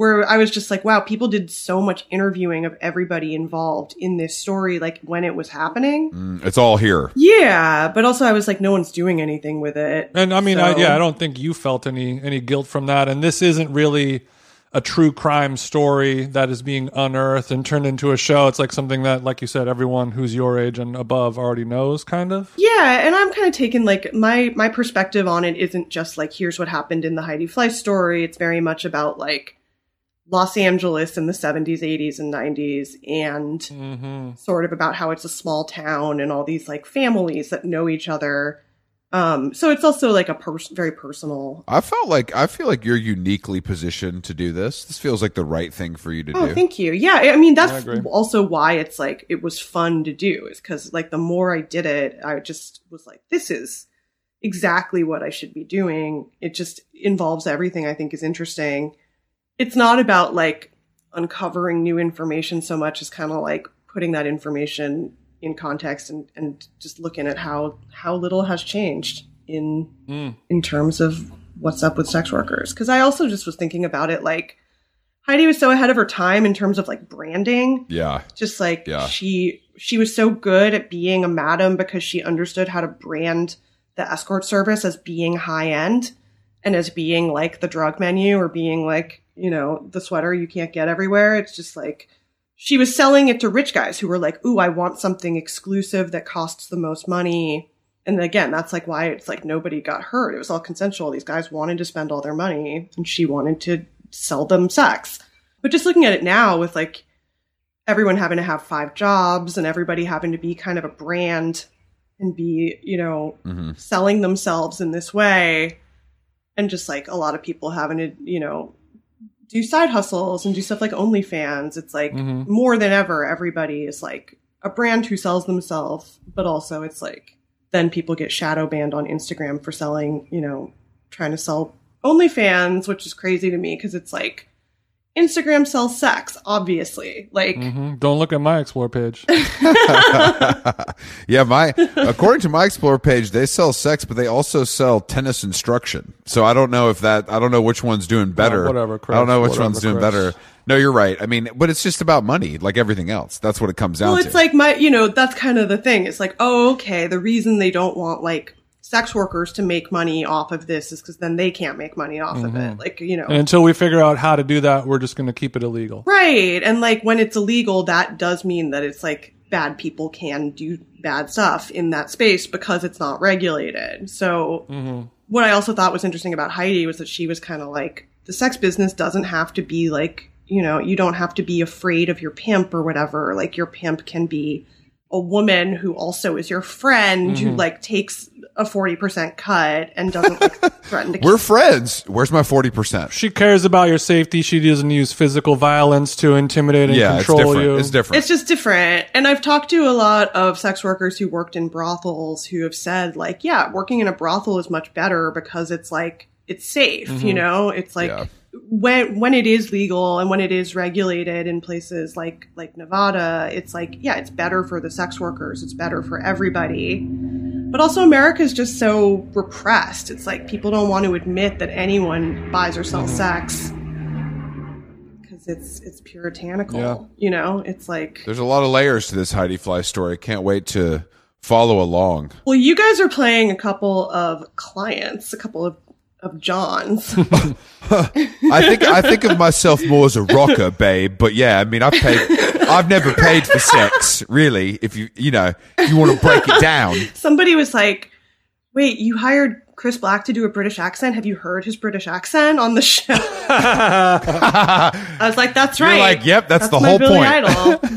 where I was just like, wow, people did so much interviewing of everybody involved in this story, like when it was happening.
Mm, it's all here.
Yeah. But also I was like, no one's doing anything with it.
And I mean, I,
So-
yeah, I don't think you felt any any guilt from that. And this isn't really a true crime story that is being unearthed and turned into a show. It's like something that, like you said, everyone who's your age and above already knows, kind of.
Yeah, and I'm kind of taken like my my perspective on it isn't just like here's what happened in the Heidi Fleiss story. It's very much about like Los Angeles in the 70s, 80s, and 90s, and
Mm-hmm.
sort of about how it's a small town and all these like families that know each other. Um, so it's also like a pers- very personal.
I felt like I feel like you're uniquely positioned to do this. This feels like the right thing for you to
Oh,
do.
thank you. Yeah, I I mean that's
agree.
also why it's like it was fun to do is because like the more I did it, I just was like, this is exactly what I should be doing. It just involves everything I think is interesting. It's not about like uncovering new information so much as kind of like putting that information in context and, and just looking at how how little has changed in
Mm.
in terms of what's up with sex workers. Because I also just was thinking about it like Heidi was so ahead of her time in terms of like branding
yeah.
just like
Yeah.
she she was so good at being a madam because she understood how to brand the escort service as being high end and as being like the drug menu or being like you know the sweater you can't get everywhere it's just like she was selling it to rich guys who were like ooh i want something exclusive that costs the most money and again that's like why it's like nobody got hurt it was all consensual these guys wanted to spend all their money and she wanted to sell them sex but just looking at it now with like everyone having to have five jobs and everybody having to be kind of a brand and be, you know,
hmm
selling themselves in this way and just like a lot of people having to, you know, do side hustles and do stuff like OnlyFans. It's like more than ever, everybody is like a brand who sells themselves, but also it's like then people get shadow banned on Instagram for selling, you know, trying to sell OnlyFans, which is crazy to me because it's like Instagram sells sex, obviously. Like,
hmm Don't look at my explore
[LAUGHS]
page.
yeah, my according to my explore page, they sell sex, but they also sell tennis instruction. So I don't know if that I don't know which one's doing better.
Uh, whatever,
I don't know which
Chris,
one's doing
whatever,
better.
Chris.
No, you're right. I mean, but it's just about money, like everything else. That's what it comes down
well,
to.
it's like my, you know, that's kind of the thing. It's like, oh, okay, the reason they don't want like sex workers to make money off of this is because then they can't make money off of
Mm-hmm.
it. Like, you know,
and until we figure out how to do that, we're just going to keep it illegal.
right. And like when it's illegal, that does mean that it's like bad people can do bad stuff in that space because it's not regulated. So what I also thought was interesting about Heidi was that she was kind of like the sex business doesn't have to be like, you know, you don't have to be afraid of your pimp or whatever. Like your pimp can be a woman who also is your friend who like takes a 40% cut and doesn't like threaten to kill
We're friends. Where's my forty percent?
She cares about your safety. She doesn't use physical violence to intimidate and
Yeah, it's
control
different.
you.
It's different.
It's just different. And I've talked to a lot of sex workers who worked in brothels who have said, like, yeah, working in a brothel is much better because it's like it's safe, you know? It's like
Mm-hmm. Yeah.
when when it is legal and when it is regulated in places like like Nevada, it's like, yeah, it's better for the sex workers, it's better for everybody. But also America's just so repressed. It's like people don't want to admit that anyone buys or sells
Mm-hmm.
sex. Because it's it's puritanical,
Yeah.
you know. It's like
There's a lot of layers to this Heidi Fly story. Can't wait to follow along.
Well, you guys are playing a couple of clients, a couple of,
[LAUGHS]
of Johns.
I think I think of myself more as a rocker, babe. But yeah, I mean, I've paid. I've never paid for sex, really. If you you know you want to break it down,
Somebody was like, wait, you hired Chris Black to do a British accent? Have you heard his British accent on
[LAUGHS]
the show? I was like, that's right.
like, yep, that's the
my
whole
Billy
point."
Idol.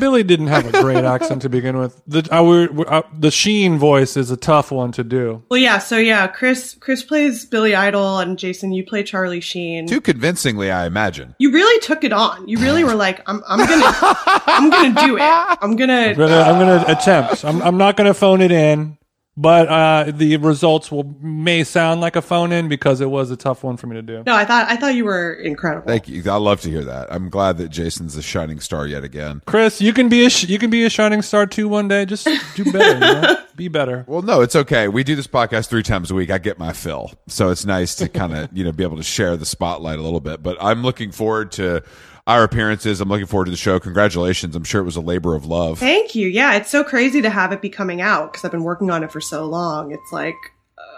[LAUGHS]
Billy didn't have a great accent to begin with. The, I, were- were- uh, the Sheen voice is a tough one to do.
well, yeah, so yeah, Chris Chris plays Billy Idol, and Jason, you play Charlie Sheen.
too convincingly, I imagine.
you really took it on. You really were like, I'm, I'm gonna, I'm
[LAUGHS]
gonna do it. I'm gonna,
But, uh, I'm going to attempt. I'm, I'm not going to phone it in, but uh, the results will may sound like a phone in because it was a tough one for me to do.
No, I thought, I thought you were incredible.
Thank you. I love to hear that. I'm glad that Jason's the shining star yet again.
Chris, you can be a sh- you can be a shining star too one day. Just do better. you know? Be better.
Well, no, it's okay. We do this podcast three times a week. I get my fill, so it's nice to kind of you know be able to share the spotlight a little bit. But I'm looking forward to our appearances. I'm looking forward to the show. Congratulations! I'm sure it was a labor of love.
Thank you. Yeah, it's so crazy to have it be coming out because I've been working on it for so long. It's like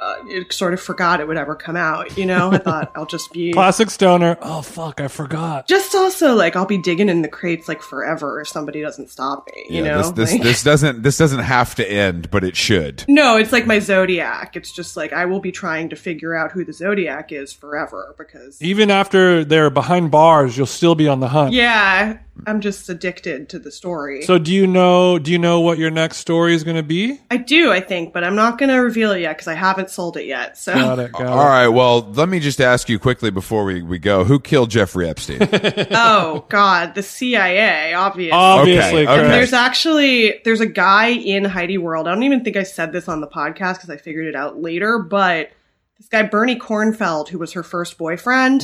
uh, it sort of forgot it would ever come out. You know, I thought I'll just be
Classic stoner. Oh fuck, I forgot.
just also like I'll be digging in the crates like forever if somebody doesn't stop me. You know,
this this,
Like-
this doesn't this doesn't have to end, but it should.
[LAUGHS] no, it's like my zodiac. It's just like I will be trying to figure out who the zodiac is forever because
Even after they're behind bars, you'll still be on the hunt.
yeah, I'm just addicted to the story.
So do you know do you know what your next story is going to be?
I do, I think, but I'm not going to reveal it yet because I haven't sold it yet. So
Got it. Got it.
All right. Well, let me just ask you quickly before we, we go: Who killed Jeffrey [LAUGHS] Epstein?
[LAUGHS] oh god, the CIA, obviously.
Obviously,
Okay, okay.
Chris.
There's actually there's a guy in Heidi World. I don't even think I said this on the podcast because I figured it out later, but this guy Bernie Kornfeld, who was her first boyfriend.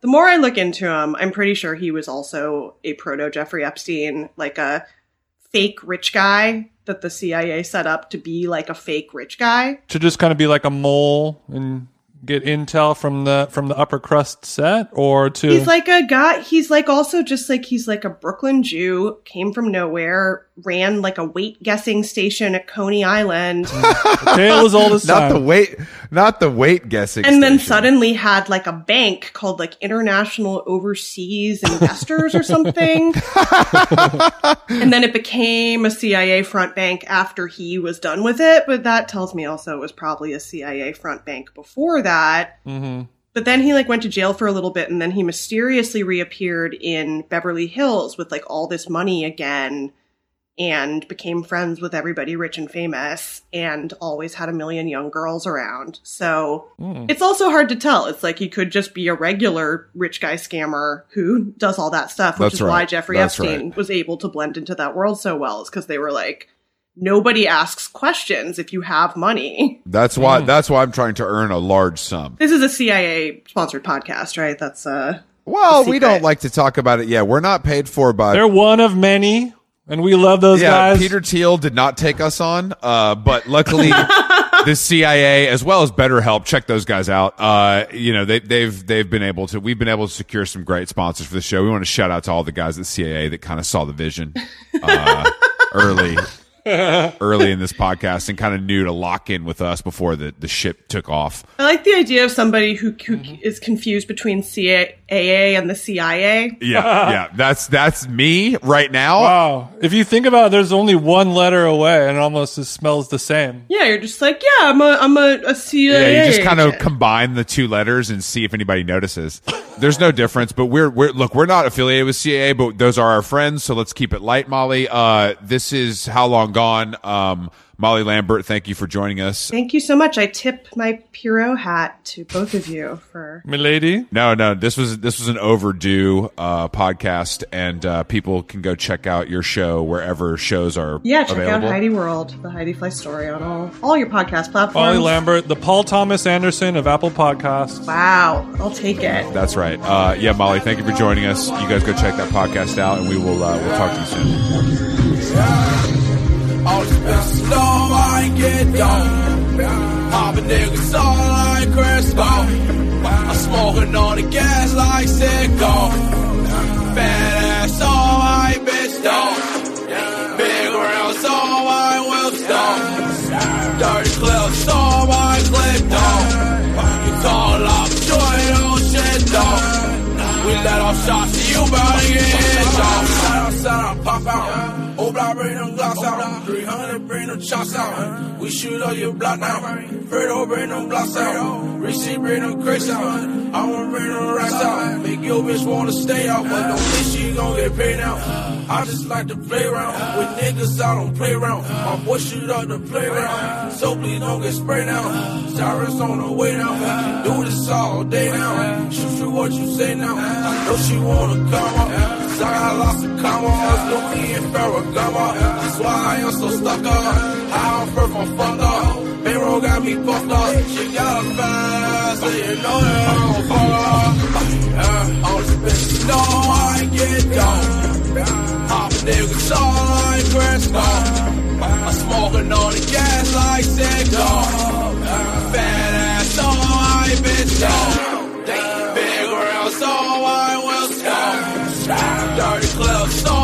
The more I look into him, I'm pretty sure he was also a proto Jeffrey Epstein, like a fake rich guy that the CIA set up to be like a fake rich guy.
to just kind of be like a mole and get intel from the from the upper crust set or to
He's like a guy. He's like also just like he's like a Brooklyn Jew, came from nowhere, ran like a weight guessing station at Coney Island.
tale
[LAUGHS]
as old as
not
time.
the weight, not the weight guessing.
and then
station.
suddenly had like a bank called like International Overseas Investors or something. and then it became a CIA front bank after he was done with it. But that tells me also it was probably a CIA front bank before that. But then he like went to jail for a little bit and then he mysteriously reappeared in Beverly Hills with like all this money again and became friends with everybody rich and famous and always had a million young girls around. So
Hmm.
it's also hard to tell. It's like he could just be a regular rich guy scammer who does all that stuff, which
That's
is why
right.
Jeffrey
That's
Epstein
right.
was able to blend into that world so well, is because they were like, nobody asks questions if you have money.
That's
Mm.
why. That's why I'm trying to earn a large sum.
This is a CIA sponsored podcast, right? That's uh
Well,
secret.
we don't like to talk about it. Yeah, we're not paid for by.
They're one of many, and we love those
yeah,
guys.
Peter Thiel did not take us on, uh, but
[LAUGHS]
luckily the CIA as well as BetterHelp, check those guys out. Uh, you know, they, they've they've been able to we've been able to secure some great sponsors for the show. We want to shout out to all the guys at CIA that kind of saw the vision
[LAUGHS]
uh, early early in this podcast and kind of knew to lock in with us before the, the ship took off.
I like the idea of somebody who, who
Mm-hmm.
is confused between CAA and the CIA.
Yeah, yeah. That's that's me right now.
Wow. If you think about it, there's only one letter away, and it almost it smells the same.
Yeah, you're just like, yeah, I'm a, I'm a, a CIA.
Yeah, you just kind of
agent.
combine the two letters and see if anybody notices. There's no difference, but we're we're look, we're not affiliated with CAA, but those are our friends, so let's keep it light, Molly. Uh, this is how long gone. Um, Molly Lambert, thank you for joining us.
Thank you so much. I tip my Piro hat to both of you for.
Milady?
No, no, this was this was an overdue uh, podcast, and uh, people can go check out your show wherever shows are.
Yeah, check
available.
out Heidi World, the Heidi Fly story on all, all your podcast platforms.
Ollie Lambert, the Paul Thomas Anderson of Apple Podcasts.
Wow, I'll take it.
That's right. Uh, yeah, Molly, thank you for joining us. You guys go check that podcast out, and we will uh, we'll talk to you soon.
All the best love I can get down. I'm a nigga's all I crest on. I'm smoking on the gas like sicko. Fat ass all I bitch don't. Big rounds all I whips don't. Dirty clips all I clip don't. It's all up joy on shit don't. We let off shots to you bout to get hit don't. Shout out, shout out, pop out. Oh, block, bring them glocks out. 300, bring them chops out. We shoot on your block now. Fredo, bring them blocks out. Richie, bring them crates out. I wanna bring them racks out. Make your bitch wanna stay out, but don't think she gon' get paid now. I just like to play around with niggas I don't play around. My boy shoot up the playground, so please don't get sprayed now. Cyrus on the way now. Do this all day now. Shoot you what you say now. I know she wanna come up. Cause I got lots of commas, no me in Ferragamo. That's why I am so stuck up. I don't hurt my fuck up. Payroll got me fucked up. She got a fast, so you know that I don't fall off. All this bitch know I get gone. Hop niggas all like Crespo. uh. I'm smoking on the gas like Sicko. Fat ass uh. all I bitch go. Big rounds all I will go. Dirty club, so oh